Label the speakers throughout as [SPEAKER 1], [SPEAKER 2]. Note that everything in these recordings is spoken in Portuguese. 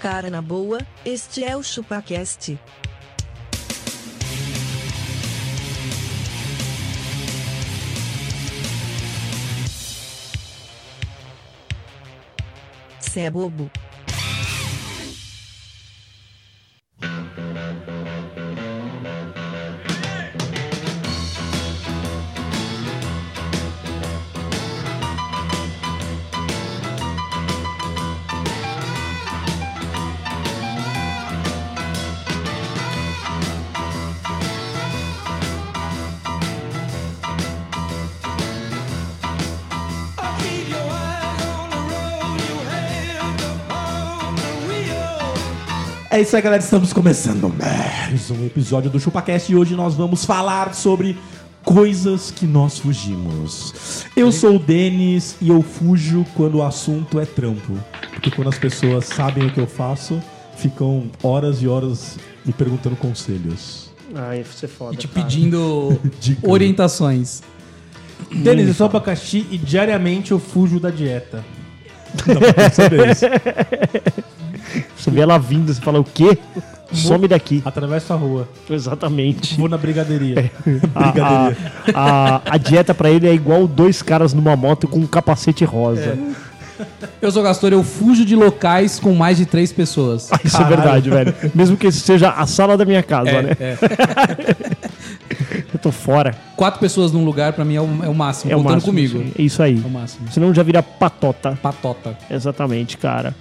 [SPEAKER 1] Cara na boa, este é o ChupaCast. Cê é bobo.
[SPEAKER 2] Keep your eyes on the road, your hands upon the wheel.
[SPEAKER 3] É isso aí, galera. Estamos começando mais um episódio do ChupaCast e hoje nós vamos falar sobre coisas que nós fugimos. Eu sou o Denis e eu fujo quando o assunto é trampo. Porque quando as pessoas sabem o que eu faço, ficam horas e horas me perguntando conselhos.
[SPEAKER 4] Ai, você é foda.
[SPEAKER 5] e te
[SPEAKER 4] cara.
[SPEAKER 5] pedindo
[SPEAKER 3] Dica.
[SPEAKER 5] orientações.
[SPEAKER 6] Denis, eu sou abacaxi e diariamente eu fujo da dieta.
[SPEAKER 3] Dá pra perceber isso.
[SPEAKER 4] Você vê ela vindo, você fala o quê? Some daqui.
[SPEAKER 6] Atravesso a rua.
[SPEAKER 4] Exatamente.
[SPEAKER 6] Vou na brigadeiria.
[SPEAKER 3] É,
[SPEAKER 4] A, a, a- a dieta pra ele é igual dois caras numa moto com um capacete rosa.
[SPEAKER 5] É. Eu sou Gastor, eu fujo de locais com mais de três pessoas.
[SPEAKER 4] Isso é verdade, velho. Mesmo que isso seja a sala da minha casa,
[SPEAKER 5] É,
[SPEAKER 4] né? Eu tô fora.
[SPEAKER 5] Quatro pessoas num lugar, pra mim, é o, é o máximo.
[SPEAKER 4] É o
[SPEAKER 5] contando
[SPEAKER 4] máximo.
[SPEAKER 5] comigo.
[SPEAKER 4] sim. É isso aí.
[SPEAKER 5] É o máximo.
[SPEAKER 4] Senão já vira patota.
[SPEAKER 5] Patota.
[SPEAKER 4] Exatamente, cara.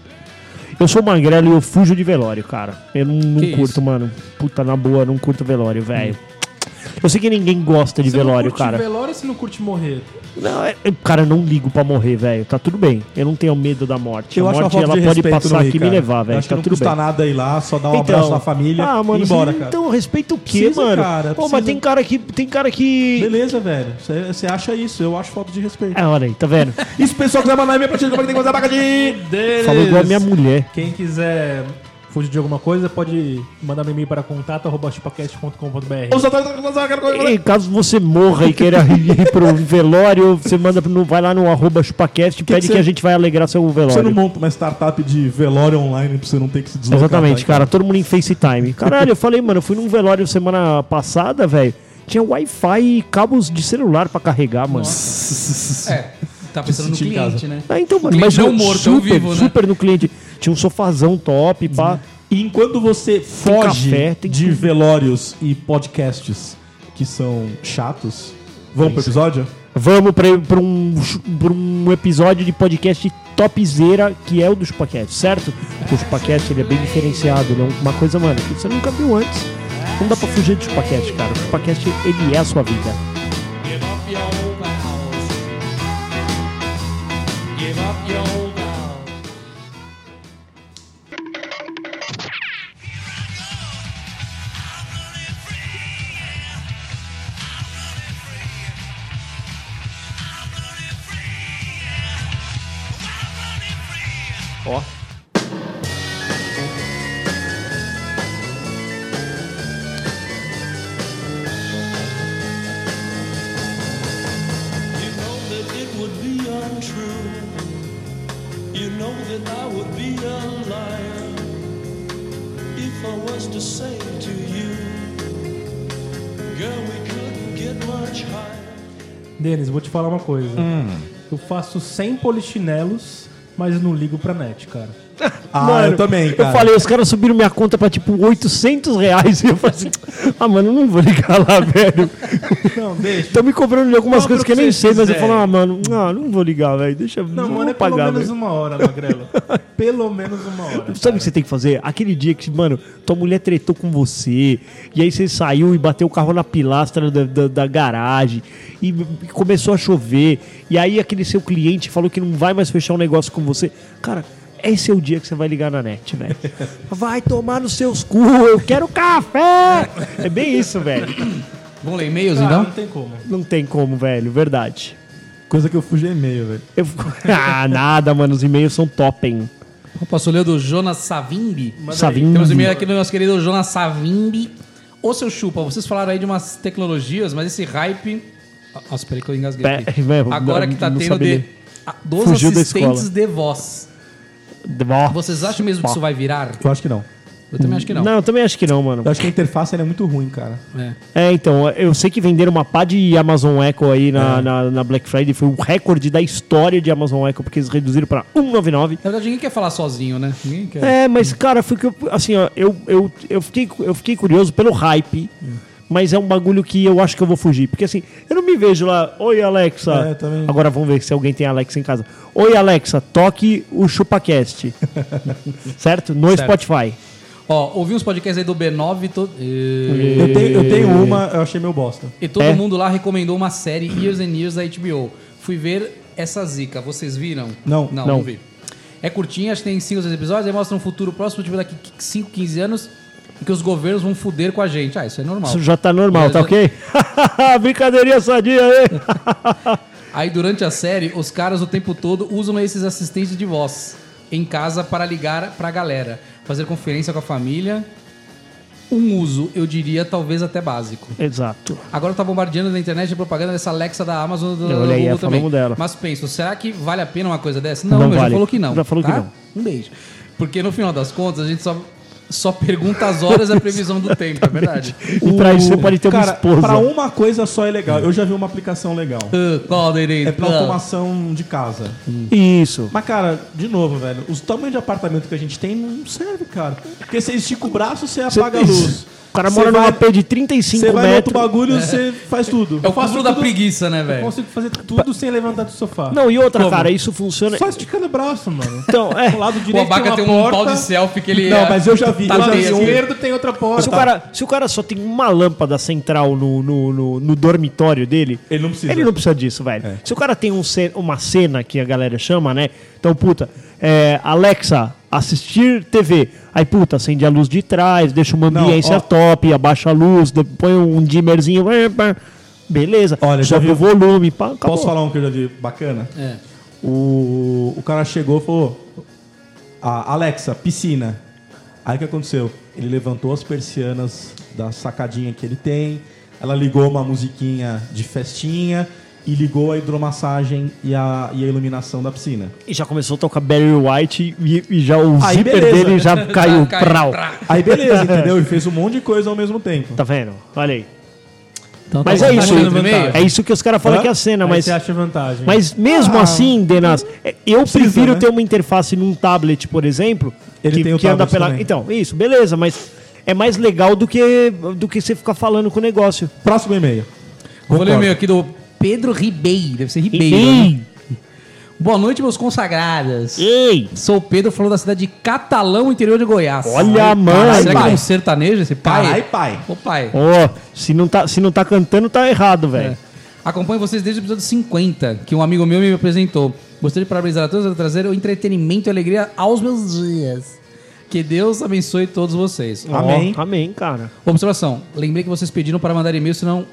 [SPEAKER 4] Eu sou magrelo e eu fujo de velório, cara. Eu não, não
[SPEAKER 5] Que
[SPEAKER 4] curto,
[SPEAKER 5] isso? Hum.
[SPEAKER 4] mano. Puta, na boa, não curto velório, velho. Eu sei que ninguém gosta de
[SPEAKER 6] você
[SPEAKER 4] velório,
[SPEAKER 6] não curte
[SPEAKER 4] cara.
[SPEAKER 6] velório você não curte morrer?
[SPEAKER 4] Não, é- eu- cara, eu não ligo pra morrer, velho. Tá tudo bem. Eu não tenho medo da morte.
[SPEAKER 3] Eu
[SPEAKER 4] a
[SPEAKER 3] acho uma
[SPEAKER 4] morte,
[SPEAKER 3] falta
[SPEAKER 4] ela
[SPEAKER 3] de
[SPEAKER 4] pode
[SPEAKER 3] respeito
[SPEAKER 4] passar
[SPEAKER 3] no Rio,
[SPEAKER 4] aqui e me
[SPEAKER 3] cara.
[SPEAKER 4] levar, velho.
[SPEAKER 3] Acho que
[SPEAKER 4] Tá
[SPEAKER 3] não
[SPEAKER 4] tudo
[SPEAKER 3] custa
[SPEAKER 4] bem. Então,
[SPEAKER 3] nada ir lá, só dar um abraço na família
[SPEAKER 4] ah,
[SPEAKER 3] e
[SPEAKER 4] mano,
[SPEAKER 3] ir embora,
[SPEAKER 4] você-
[SPEAKER 3] cara.
[SPEAKER 4] Então, respeita o quê,
[SPEAKER 3] Precisa,
[SPEAKER 4] mano?
[SPEAKER 3] cara,
[SPEAKER 4] Pô,
[SPEAKER 3] precisa.
[SPEAKER 4] mas tem cara que. Tem cara que.
[SPEAKER 3] Beleza, velho. Você você acha isso? Eu acho falta de respeito.
[SPEAKER 4] É, olha aí, tá vendo?
[SPEAKER 3] E se o pessoal quiser mandar e-mail pra gente, como é que tem que mandar abacaxi?
[SPEAKER 6] Deles.
[SPEAKER 4] Falou igual a minha mulher.
[SPEAKER 6] Quem quiser fugir de alguma coisa, pode mandar um e-mail para contato.chupacast.com.br.
[SPEAKER 3] Ou só tá- só- só- só- quero-
[SPEAKER 4] E caso você morra e queira ir pro velório, você manda no, vai lá no arroba chupacast e pede
[SPEAKER 3] você-
[SPEAKER 4] que, a gente vai alegrar seu
[SPEAKER 3] Você não
[SPEAKER 4] velório.
[SPEAKER 3] monta uma startup de velório online pra você não ter que se deslocar.
[SPEAKER 4] Exatamente,
[SPEAKER 5] então.
[SPEAKER 3] tá?
[SPEAKER 4] cara. Todo mundo em FaceTime. Caralho, eu falei, mano, eu fui num velório semana passada, velho. Tinha Wi-Fi e cabos de celular pra carregar, mano.
[SPEAKER 5] É. Tá pensando no
[SPEAKER 3] Sentir em
[SPEAKER 5] cliente,
[SPEAKER 3] casa.
[SPEAKER 5] né?
[SPEAKER 4] Ah, então, mano,
[SPEAKER 5] cliente
[SPEAKER 4] mas
[SPEAKER 5] não
[SPEAKER 4] eu
[SPEAKER 5] morto,
[SPEAKER 4] super,
[SPEAKER 5] eu vivo, né?
[SPEAKER 4] super no cliente. Tinha um sofazão top, pá.
[SPEAKER 3] E enquanto você foge
[SPEAKER 4] café, tem
[SPEAKER 3] de velórios e podcasts que são chatos, vamos pro episódio?
[SPEAKER 4] Vamos pra, pra um, chu- pra um episódio de podcast topzera, que é o do Chupacast, certo? Porque o Chupacast ele é bem diferenciado, não? uma coisa, mano, que você nunca viu antes. Não dá pra fugir do Chupacast, cara. O Chupacast, ele é a sua vida.
[SPEAKER 2] Give up your old vows. Give up your old vows. You know that it would be untrue. You know that I would be a liar if I was to say to you, girl, we couldn't get much higher.
[SPEAKER 6] Denis, vou te falar uma coisa.
[SPEAKER 3] Hum.
[SPEAKER 6] Eu faço 100 polichinelos, mas não ligo pra net, cara.
[SPEAKER 3] Ah, eu também, cara.
[SPEAKER 4] Eu falei, os caras subiram minha conta pra tipo 800 reais. E eu falei assim, ah, mano, eu não vou ligar lá, velho.
[SPEAKER 6] Não, deixa.
[SPEAKER 4] Estão me cobrando de algumas
[SPEAKER 6] Compra
[SPEAKER 4] coisas que eu
[SPEAKER 6] o que
[SPEAKER 4] nem
[SPEAKER 6] você
[SPEAKER 4] sei, mas eu
[SPEAKER 6] quiser.
[SPEAKER 4] falo, ah, mano, não, não vou ligar, velho. Deixa eu
[SPEAKER 6] Não, mano, é pelo
[SPEAKER 4] pagar,
[SPEAKER 6] menos
[SPEAKER 3] né?
[SPEAKER 4] velho.
[SPEAKER 6] uma hora, Magrelo. pelo menos uma hora.
[SPEAKER 4] Sabe o que você tem que fazer? Aquele dia que, mano, tua mulher tretou com você, e aí você saiu e bateu o carro na pilastra da, da- da garagem, e e começou a chover, e aí aquele seu cliente falou que não vai mais fechar um negócio com você. Cara, esse é o dia que você vai ligar na net, velho. Vai tomar nos seus cu, eu quero café! É bem isso, velho.
[SPEAKER 5] Vamos ler e-mails,
[SPEAKER 4] Tá.
[SPEAKER 6] Cara,
[SPEAKER 5] então?
[SPEAKER 6] não tem como.
[SPEAKER 4] Não tem como, velho, verdade.
[SPEAKER 3] Coisa que eu fugi é e-mail, velho.
[SPEAKER 4] Eu fico- Ah, nada, mano, os e-mails são top, hein?
[SPEAKER 5] Posso ler o do Jonas Savimbi?
[SPEAKER 4] Savinho.
[SPEAKER 5] Temos um e-mail aqui do nosso querido Jonas Savimbi. Ô, seu Chupa, vocês falaram aí de umas tecnologias, mas esse hype... Ah, Nossa, peraí que eu engasguei
[SPEAKER 4] Pé-
[SPEAKER 5] aqui.
[SPEAKER 4] velho,
[SPEAKER 5] Agora
[SPEAKER 4] não-
[SPEAKER 5] que tá
[SPEAKER 4] não
[SPEAKER 5] tendo
[SPEAKER 4] sabe
[SPEAKER 5] de...
[SPEAKER 4] ler.
[SPEAKER 5] a- dos
[SPEAKER 4] Fugiu da
[SPEAKER 5] assistentes
[SPEAKER 4] escola.
[SPEAKER 5] de voz. Vocês acham mesmo que isso vai virar?
[SPEAKER 3] Eu acho que não.
[SPEAKER 5] Eu também acho que não.
[SPEAKER 4] Não, eu também acho que não, mano.
[SPEAKER 3] Eu acho que a interface ela é muito ruim, cara.
[SPEAKER 5] É.
[SPEAKER 4] É, então, eu sei que venderam uma pá de Amazon Echo aí na,
[SPEAKER 3] É.
[SPEAKER 4] na, na Black Friday. Foi o recorde da história de Amazon Echo, porque eles reduziram pra 199.
[SPEAKER 5] Na verdade, ninguém quer falar sozinho, né? Ninguém quer.
[SPEAKER 4] É, mas, cara, foi que eu, assim, ó, eu, eu, eu, fiquei, eu fiquei curioso pelo hype, mas é um bagulho que eu acho que eu vou fugir. Porque, assim, eu não me vejo lá, oi, Alexa.
[SPEAKER 3] É, também.
[SPEAKER 4] Agora vamos ver se alguém tem Alexa em casa. Oi, Alexa, toque o ChupaCast. certo? No Spotify.
[SPEAKER 5] Ó, ouvi uns podcasts aí do B9 to- e...
[SPEAKER 3] Eu tenho, eu tenho uma, eu achei meu bosta.
[SPEAKER 5] e todo
[SPEAKER 4] É.
[SPEAKER 5] mundo lá recomendou uma série Years and Years da HBO. Fui ver essa zica. Vocês viram?
[SPEAKER 3] Não.
[SPEAKER 5] Não, não,
[SPEAKER 4] Não.
[SPEAKER 5] vi. É curtinha, acho que tem 5 ou 6 episódios, aí mostra um futuro próximo, tipo daqui 5, 15 anos, em que os governos vão foder com a gente. Ah, isso é normal.
[SPEAKER 4] Isso já tá normal, tá ok? Brincadeirinha sadia aí.
[SPEAKER 5] Aí durante a série, os caras o tempo todo usam esses assistentes de voz em casa para ligar pra galera, fazer conferência com a família. Um uso, eu diria, talvez até básico.
[SPEAKER 4] Exato.
[SPEAKER 5] Agora tá bombardeando na internet a propaganda dessa Alexa da Amazon do,
[SPEAKER 4] Olha
[SPEAKER 5] do
[SPEAKER 4] aí,
[SPEAKER 5] Google
[SPEAKER 4] é,
[SPEAKER 5] também.
[SPEAKER 4] falamos dela.
[SPEAKER 5] Mas penso, será que vale a pena uma coisa dessa? Não,
[SPEAKER 4] Não
[SPEAKER 5] meu, já
[SPEAKER 4] vale.
[SPEAKER 5] falou que não.
[SPEAKER 4] Já falou que não.
[SPEAKER 5] Um beijo. Porque no final das contas, a gente só, só pergunta as horas e a previsão do tempo, é verdade.
[SPEAKER 4] E pra isso você pode ter
[SPEAKER 3] cara,
[SPEAKER 4] uma esposa.
[SPEAKER 3] Pra uma coisa só é legal. Eu já vi uma aplicação legal.
[SPEAKER 5] Ah, Qual, Deirei?
[SPEAKER 3] É pra automação de casa.
[SPEAKER 4] Isso.
[SPEAKER 3] Mas, cara, de novo, velho, os tamanhos de apartamento que a gente tem não serve, cara. Porque você estica o braço, você apaga a luz.
[SPEAKER 4] O cara
[SPEAKER 3] Você
[SPEAKER 4] mora num
[SPEAKER 3] vai-
[SPEAKER 4] AP de 35
[SPEAKER 3] Você vai no
[SPEAKER 4] metros.
[SPEAKER 3] outro bagulho, você faz tudo.
[SPEAKER 5] É o
[SPEAKER 6] faço
[SPEAKER 5] cúmulo da
[SPEAKER 6] tudo-
[SPEAKER 5] preguiça, né,
[SPEAKER 6] Eu
[SPEAKER 5] velho?
[SPEAKER 6] consigo fazer tudo sem levantar do sofá.
[SPEAKER 4] Não, e outra,
[SPEAKER 5] Como?
[SPEAKER 4] cara, isso funciona.
[SPEAKER 6] Só esticando o braço, mano.
[SPEAKER 4] Então, é.
[SPEAKER 6] O lado
[SPEAKER 5] O
[SPEAKER 6] direito
[SPEAKER 5] Abaca tem
[SPEAKER 6] tem
[SPEAKER 5] um
[SPEAKER 6] uma porta.
[SPEAKER 5] pau de selfie que ele.
[SPEAKER 3] Não, mas eu já vi,
[SPEAKER 5] Tá
[SPEAKER 3] eu já
[SPEAKER 6] O lado
[SPEAKER 5] bem,
[SPEAKER 3] vi um-
[SPEAKER 5] assim.
[SPEAKER 6] esquerdo tem outra porta.
[SPEAKER 4] Se o,
[SPEAKER 3] tá.
[SPEAKER 4] cara, se o cara só tem uma lâmpada central no, no, no- no dormitório dele,
[SPEAKER 3] Ele não precisa. É.
[SPEAKER 4] ele não precisa disso, velho. Se o cara tem um ce- uma cena que a galera chama, né? Então, puta, é, Alexa, assistir TV. Aí, puta, acende a luz de trás, deixa uma
[SPEAKER 3] Não,
[SPEAKER 4] ambiência
[SPEAKER 3] ó.
[SPEAKER 4] top, abaixa a luz, de- põe um dimmerzinho. é, pá. Beleza.
[SPEAKER 3] Olha, já
[SPEAKER 4] sobe
[SPEAKER 3] vi-
[SPEAKER 4] o volume. Pá, acabou.
[SPEAKER 3] Posso falar um que eu já vi bacana?
[SPEAKER 5] É.
[SPEAKER 3] O, o cara chegou e falou: "Ah, Alexa, piscina. Aí o que aconteceu? Ele levantou as persianas da sacadinha que ele tem, ela ligou uma musiquinha de festinha e ligou a hidromassagem e a, e a iluminação da piscina.
[SPEAKER 4] E já começou a tocar Barry White e, e já o
[SPEAKER 3] Aí,
[SPEAKER 4] zíper
[SPEAKER 3] beleza.
[SPEAKER 4] dele já caiu.
[SPEAKER 5] caiu,
[SPEAKER 4] prau.
[SPEAKER 5] prá.
[SPEAKER 3] Aí beleza, entendeu? Ele fez um monte de coisa ao mesmo tempo.
[SPEAKER 4] Tá vendo? Olha aí.
[SPEAKER 5] Então,
[SPEAKER 4] Mas
[SPEAKER 5] tá
[SPEAKER 4] é
[SPEAKER 5] bom.
[SPEAKER 4] isso.
[SPEAKER 5] Tá achando vantagem?
[SPEAKER 4] É isso que os caras falam
[SPEAKER 3] Hã?
[SPEAKER 4] que é a cena,
[SPEAKER 6] Aí
[SPEAKER 4] mas.
[SPEAKER 6] você acha vantagem.
[SPEAKER 4] Mas mesmo assim, Denas, é, eu
[SPEAKER 3] Ah. precisa,
[SPEAKER 4] prefiro
[SPEAKER 3] né?
[SPEAKER 4] ter uma interface num tablet, por exemplo,
[SPEAKER 3] Ele
[SPEAKER 4] que,
[SPEAKER 3] tem o
[SPEAKER 4] que anda
[SPEAKER 3] tablet
[SPEAKER 4] pela.
[SPEAKER 3] também.
[SPEAKER 4] Então, isso, beleza, mas é mais legal do que do que você ficar falando com o negócio.
[SPEAKER 3] Próximo
[SPEAKER 5] Vou ler
[SPEAKER 3] e-mail.
[SPEAKER 5] o
[SPEAKER 3] Concordo.
[SPEAKER 5] e-mail aqui do Pedro Ribeiro. Deve ser Ribeiro. né?
[SPEAKER 4] Ei,
[SPEAKER 5] Boa noite, meus consagrados.
[SPEAKER 4] ei,
[SPEAKER 5] Sou o Pedro, falou da cidade de Catalão, interior de Goiás.
[SPEAKER 4] Olha,
[SPEAKER 5] Ai,
[SPEAKER 4] mano.
[SPEAKER 5] caralho, Será que é
[SPEAKER 3] Pai.
[SPEAKER 5] um sertanejo esse pai?
[SPEAKER 3] Carai, pai.
[SPEAKER 5] Ô, pai.
[SPEAKER 4] ó, se não tá se não tá cantando tá errado, velho.
[SPEAKER 5] É. Acompanho vocês desde o episódio 50, que um amigo meu me apresentou. Gostaria de parabenizar a todos por trazer o entretenimento e alegria aos meus dias. Que Deus abençoe todos vocês.
[SPEAKER 4] Ó,
[SPEAKER 3] É. Amém.
[SPEAKER 4] amém, cara.
[SPEAKER 5] Observação. Lembrei que vocês pediram para mandar e-mail, senão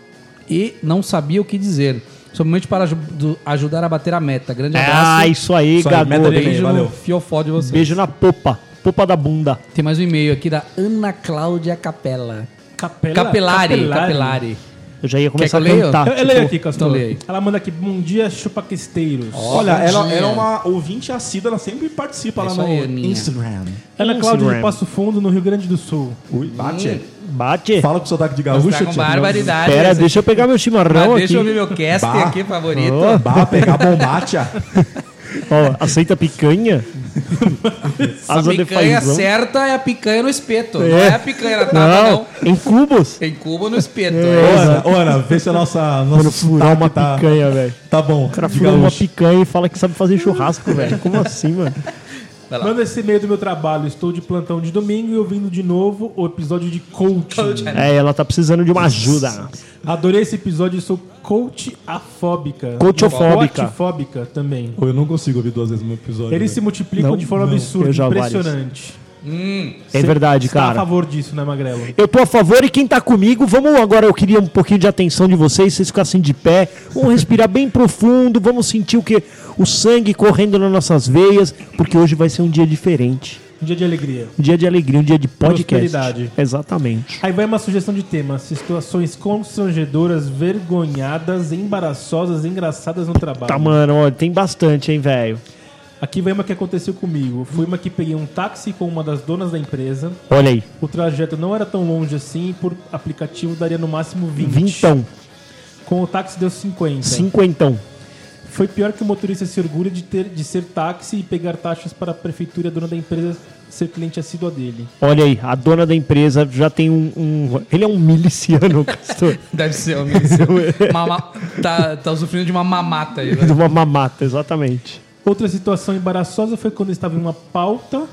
[SPEAKER 5] e não sabia o que dizer. Somente para aju- do- ajudar a bater a meta. Grande abraço.
[SPEAKER 4] Ah, isso aí,
[SPEAKER 3] Isso aí, meta
[SPEAKER 4] garoto.
[SPEAKER 3] de e-mail.
[SPEAKER 5] Beijo no
[SPEAKER 3] valeu.
[SPEAKER 5] fiofó de vocês.
[SPEAKER 4] Beijo na popa, popa da bunda.
[SPEAKER 5] Tem mais um e-mail aqui da Ana Cláudia Capela.
[SPEAKER 6] Capela-
[SPEAKER 5] Capelari,
[SPEAKER 6] capelari.
[SPEAKER 5] Capelari.
[SPEAKER 4] Eu já ia começar
[SPEAKER 5] que
[SPEAKER 4] a
[SPEAKER 5] eu leia?
[SPEAKER 4] cantar.
[SPEAKER 6] Eu, eu leio aqui,
[SPEAKER 5] então
[SPEAKER 6] Castor.
[SPEAKER 5] leia aí.
[SPEAKER 6] Ela manda aqui, bom dia, chupaquesteiros.
[SPEAKER 3] Olha,
[SPEAKER 5] bom
[SPEAKER 3] ela,
[SPEAKER 5] dia.
[SPEAKER 3] ela é uma ouvinte assídua, ela sempre participa
[SPEAKER 5] É
[SPEAKER 3] lá
[SPEAKER 5] isso
[SPEAKER 3] no
[SPEAKER 5] aí, Aninha.
[SPEAKER 3] Instagram.
[SPEAKER 6] Ana é Cláudia
[SPEAKER 4] Instagram.
[SPEAKER 6] de Passo Fundo, no Rio Grande do Sul.
[SPEAKER 3] Ui, bate.
[SPEAKER 4] Bate.
[SPEAKER 3] Fala com o sotaque de
[SPEAKER 5] Você
[SPEAKER 3] gaúcho.
[SPEAKER 5] tá com
[SPEAKER 3] tio.
[SPEAKER 5] barbaridade.
[SPEAKER 4] Pera,
[SPEAKER 5] né?
[SPEAKER 4] deixa eu pegar meu
[SPEAKER 5] Mas
[SPEAKER 4] chimarrão
[SPEAKER 5] Ah, deixa eu ver
[SPEAKER 4] aqui.
[SPEAKER 5] meu cast
[SPEAKER 3] Bah.
[SPEAKER 5] aqui, favorito.
[SPEAKER 3] Bah, pegar bombacha.
[SPEAKER 4] Ó, aceita picanha?
[SPEAKER 5] A
[SPEAKER 4] Asa de
[SPEAKER 5] picanha
[SPEAKER 4] fazão.
[SPEAKER 5] certa é a picanha no espeto. Não é a picanha na tábua, não.
[SPEAKER 4] Em cubos?
[SPEAKER 5] Tem cubo no espeto.
[SPEAKER 3] Ô,
[SPEAKER 5] É.
[SPEAKER 3] Ana, ô, Ana, vê se a nossa.
[SPEAKER 4] Mano,
[SPEAKER 3] Nosso
[SPEAKER 4] furar
[SPEAKER 3] sotaque
[SPEAKER 4] uma
[SPEAKER 3] tá,
[SPEAKER 4] picanha, velho.
[SPEAKER 3] Tá bom.
[SPEAKER 4] O cara
[SPEAKER 3] de
[SPEAKER 4] fura uma
[SPEAKER 3] gaúcho.
[SPEAKER 4] picanha e fala que sabe fazer churrasco, velho. Como assim, mano?
[SPEAKER 5] Vai lá.
[SPEAKER 6] Manda esse e-mail do meu trabalho. Estou de plantão de domingo e ouvindo de novo o episódio de coaching.
[SPEAKER 4] É, ela tá precisando de uma ajuda.
[SPEAKER 6] Adorei esse episódio e sou coach afóbica.
[SPEAKER 4] Coachofóbica.
[SPEAKER 6] Coachofóbica também.
[SPEAKER 3] Pô, eu não consigo ouvir duas vezes no episódio.
[SPEAKER 6] Eles se
[SPEAKER 3] velho.
[SPEAKER 6] multiplicam
[SPEAKER 4] Não,
[SPEAKER 6] de forma
[SPEAKER 4] não,
[SPEAKER 6] absurda,
[SPEAKER 4] eu já vários.
[SPEAKER 6] impressionante.
[SPEAKER 4] É verdade,
[SPEAKER 6] Você tá a
[SPEAKER 4] cara.
[SPEAKER 6] favor disso, né, Magrelo?
[SPEAKER 4] Eu tô a favor e quem tá comigo, vamos agora, eu queria um pouquinho de atenção de vocês, vocês ficassem de pé, vamos respirar bem profundo, vamos sentir o que o sangue correndo nas nossas veias, porque hoje vai ser um dia diferente,
[SPEAKER 6] Um dia de alegria.
[SPEAKER 4] um dia de alegria, um dia de podcast.
[SPEAKER 6] Prosperidade.
[SPEAKER 4] Exatamente.
[SPEAKER 6] Aí vai uma sugestão de tema: situações constrangedoras, vergonhadas, embaraçosas, engraçadas no trabalho.
[SPEAKER 4] Tá, mano, olha, tem bastante, hein, velho.
[SPEAKER 6] Aqui vai uma que aconteceu comigo. Foi uma que peguei um táxi com uma das donas da empresa.
[SPEAKER 4] Olha aí.
[SPEAKER 6] O trajeto não era tão longe assim, por aplicativo daria no máximo 20.
[SPEAKER 4] Vintão.
[SPEAKER 6] Com o táxi deu 50.
[SPEAKER 4] Cinquentão.
[SPEAKER 6] Foi pior que o motorista se orgulha de, ter, de ser táxi e pegar taxas para a prefeitura e a dona da empresa ser cliente assídua dele.
[SPEAKER 4] Olha aí, a dona da empresa já tem um. um- ele é um miliciano, Castor.
[SPEAKER 5] Deve ser, amigo. Mama... Tá, tá usufruindo de uma mamata aí,
[SPEAKER 4] de
[SPEAKER 5] velho.
[SPEAKER 4] uma mamata, exatamente.
[SPEAKER 6] Outra situação embaraçosa foi quando eu estava em uma pauta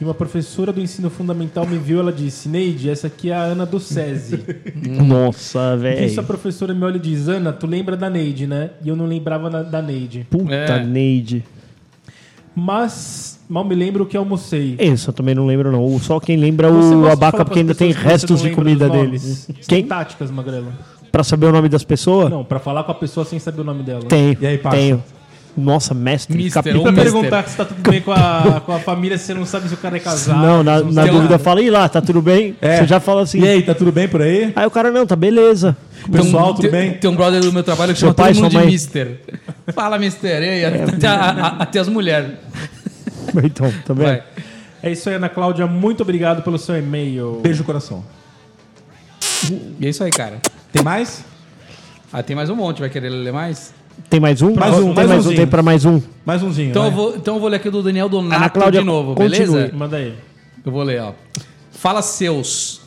[SPEAKER 6] e uma professora do ensino fundamental me viu ela disse, Neide, essa aqui é a Ana do SESI.
[SPEAKER 4] Hum. Nossa,
[SPEAKER 6] Isso é a
[SPEAKER 4] velho.
[SPEAKER 6] professora me olha e diz, Ana, tu lembra da Neide, né? E eu não lembrava na- da Neide.
[SPEAKER 4] Puta
[SPEAKER 5] É.
[SPEAKER 4] Neide.
[SPEAKER 6] Mas mal me lembro o que almocei.
[SPEAKER 4] Esse eu também não lembro, não. Só quem lembra
[SPEAKER 6] Você gosta
[SPEAKER 4] É, o
[SPEAKER 6] de
[SPEAKER 4] abaca,
[SPEAKER 6] falar
[SPEAKER 4] porque ainda
[SPEAKER 6] pras
[SPEAKER 4] tem
[SPEAKER 6] pessoas que você
[SPEAKER 4] restos
[SPEAKER 6] não
[SPEAKER 4] de
[SPEAKER 6] lembra
[SPEAKER 4] comida
[SPEAKER 6] dos
[SPEAKER 4] dele.
[SPEAKER 6] nomes. Isso
[SPEAKER 4] Quem?
[SPEAKER 6] Tem táticas, Magrelo.
[SPEAKER 4] Pra saber o nome das pessoas?
[SPEAKER 6] Não, pra falar com a pessoa sem saber o nome dela.
[SPEAKER 4] Tenho.
[SPEAKER 3] E aí, passa?
[SPEAKER 4] tenho. Nossa, mestre.
[SPEAKER 5] Mister,
[SPEAKER 4] capitão.
[SPEAKER 5] ou
[SPEAKER 6] Pra
[SPEAKER 5] Mister.
[SPEAKER 6] perguntar se tá tudo bem com a, com a família, se você não sabe se o cara é casado.
[SPEAKER 4] Não, na, na
[SPEAKER 5] tem
[SPEAKER 4] dúvida
[SPEAKER 5] nada.
[SPEAKER 4] fala, e lá, tá tudo bem?
[SPEAKER 3] É.
[SPEAKER 4] Você já fala assim.
[SPEAKER 3] E aí, tá tudo bem por aí?
[SPEAKER 4] Aí o cara, não, tá beleza.
[SPEAKER 3] Pessoal,
[SPEAKER 5] tem,
[SPEAKER 3] tudo bem?
[SPEAKER 5] Tem um brother do meu trabalho que
[SPEAKER 4] Seu
[SPEAKER 5] chama
[SPEAKER 4] pai,
[SPEAKER 5] todo mundo de
[SPEAKER 4] sua mãe?
[SPEAKER 5] Mister. Fala, Mister. E aí, até, a- a- até as mulheres.
[SPEAKER 4] Então, tá bem?
[SPEAKER 5] Vai.
[SPEAKER 6] É isso aí, Ana Cláudia. Muito obrigado pelo seu e-mail.
[SPEAKER 3] Beijo no coração.
[SPEAKER 5] E é isso aí, cara.
[SPEAKER 3] Tem mais?
[SPEAKER 5] Ah, tem mais um monte. Vai querer ler mais?
[SPEAKER 4] Tem mais um?
[SPEAKER 3] Mais
[SPEAKER 4] tem
[SPEAKER 3] um, mais
[SPEAKER 4] mais um,
[SPEAKER 3] umzinho.
[SPEAKER 4] tem pra mais um.
[SPEAKER 3] Mais umzinho. né?
[SPEAKER 5] Então
[SPEAKER 3] vai.
[SPEAKER 5] eu, vou, então eu vou ler aqui do Daniel
[SPEAKER 4] Ana
[SPEAKER 5] Donato
[SPEAKER 4] Cláudia,
[SPEAKER 5] de novo,
[SPEAKER 4] continue.
[SPEAKER 5] beleza?
[SPEAKER 6] Manda aí.
[SPEAKER 5] Eu vou ler, ó. Fala seus.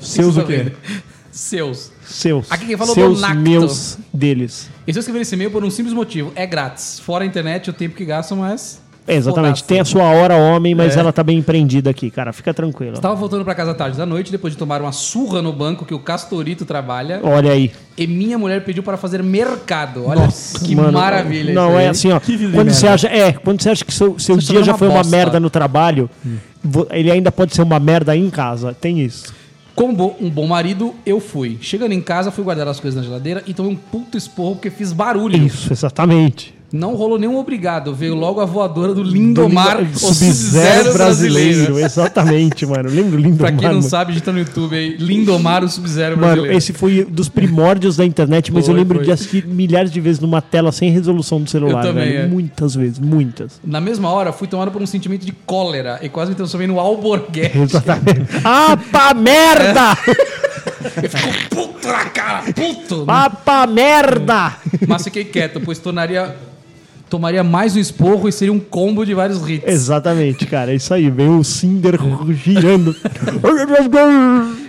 [SPEAKER 3] Seus o quê?
[SPEAKER 5] Seus.
[SPEAKER 4] Seus.
[SPEAKER 5] Aqui quem falou
[SPEAKER 4] Seus,
[SPEAKER 5] Donato.
[SPEAKER 4] meus, deles.
[SPEAKER 5] E se eu escrever esse e-mail por um simples motivo. É grátis. Fora a internet, o tempo que gastam, mas...
[SPEAKER 4] É, exatamente.
[SPEAKER 5] Fodaço.
[SPEAKER 4] Tem a sua hora homem, mas ela tá bem empreendida aqui, cara. Fica tranquilo.
[SPEAKER 5] Tava voltando pra casa tarde da noite, depois de tomar uma surra no banco que o Castorito trabalha.
[SPEAKER 4] Olha aí.
[SPEAKER 5] E minha mulher pediu para fazer mercado. Olha que
[SPEAKER 4] Mano,
[SPEAKER 5] maravilha.
[SPEAKER 4] Não,
[SPEAKER 5] isso aí.
[SPEAKER 4] é assim, ó.
[SPEAKER 6] Que vida de
[SPEAKER 4] Quando você,
[SPEAKER 6] merda.
[SPEAKER 4] acha, é, quando você acha que seu, seu
[SPEAKER 5] Você tá
[SPEAKER 4] dia já
[SPEAKER 5] numa
[SPEAKER 4] foi uma
[SPEAKER 5] bosta.
[SPEAKER 4] merda no trabalho, vo- ele ainda pode ser uma merda em casa. Tem isso.
[SPEAKER 5] Como bo- um bom marido, eu fui. Chegando em casa, fui guardar as coisas na geladeira e tomei um puto esporro porque fiz barulho.
[SPEAKER 4] Isso, exatamente.
[SPEAKER 5] Não rolou nenhum obrigado. Veio logo a voadora do Lindomar,
[SPEAKER 4] Do
[SPEAKER 5] o
[SPEAKER 4] Lindo- Sub-Zero brasileiro. Exatamente, mano. Lembra o Lindomar?
[SPEAKER 5] Pra quem não
[SPEAKER 4] mano?
[SPEAKER 5] sabe, digita no YouTube aí. Lindomar, o Sub-Zero
[SPEAKER 4] Mano,
[SPEAKER 5] brasileiro.
[SPEAKER 4] esse foi dos primórdios da internet, mas eu
[SPEAKER 5] Foi,
[SPEAKER 4] lembro
[SPEAKER 5] foi.
[SPEAKER 4] de assistir milhares de vezes numa tela sem resolução do celular,
[SPEAKER 5] Eu também,
[SPEAKER 4] velho.
[SPEAKER 5] é.
[SPEAKER 4] Muitas vezes, muitas.
[SPEAKER 5] Na mesma hora, fui tomado por um sentimento de cólera e quase me transformei no alborguete.
[SPEAKER 4] Exatamente. ah, pá merda!
[SPEAKER 5] Puto na cara, puto!
[SPEAKER 4] Ah, pá merda!
[SPEAKER 5] Mas fiquei quieto, pois tornaria... Tomaria mais um esporro e seria um combo de vários hits.
[SPEAKER 4] Exatamente, cara. É isso aí. Veio o Cinder girando.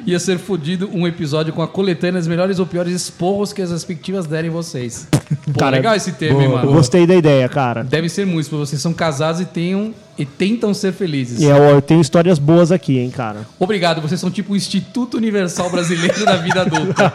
[SPEAKER 5] Ia ser fodido um episódio com a coletânea dos melhores ou piores esporros que as respectivas derem vocês. Pô,
[SPEAKER 4] Cara,
[SPEAKER 5] legal esse tema, hein,
[SPEAKER 4] Eu
[SPEAKER 5] mano?
[SPEAKER 4] Gostei da ideia, cara.
[SPEAKER 5] Deve ser muitos, porque vocês são casados e tenham e tentam ser felizes.
[SPEAKER 4] E é, ó, eu tenho histórias boas aqui, hein, cara.
[SPEAKER 5] Obrigado, vocês são tipo o Instituto Universal Brasileiro da Vida Adulta.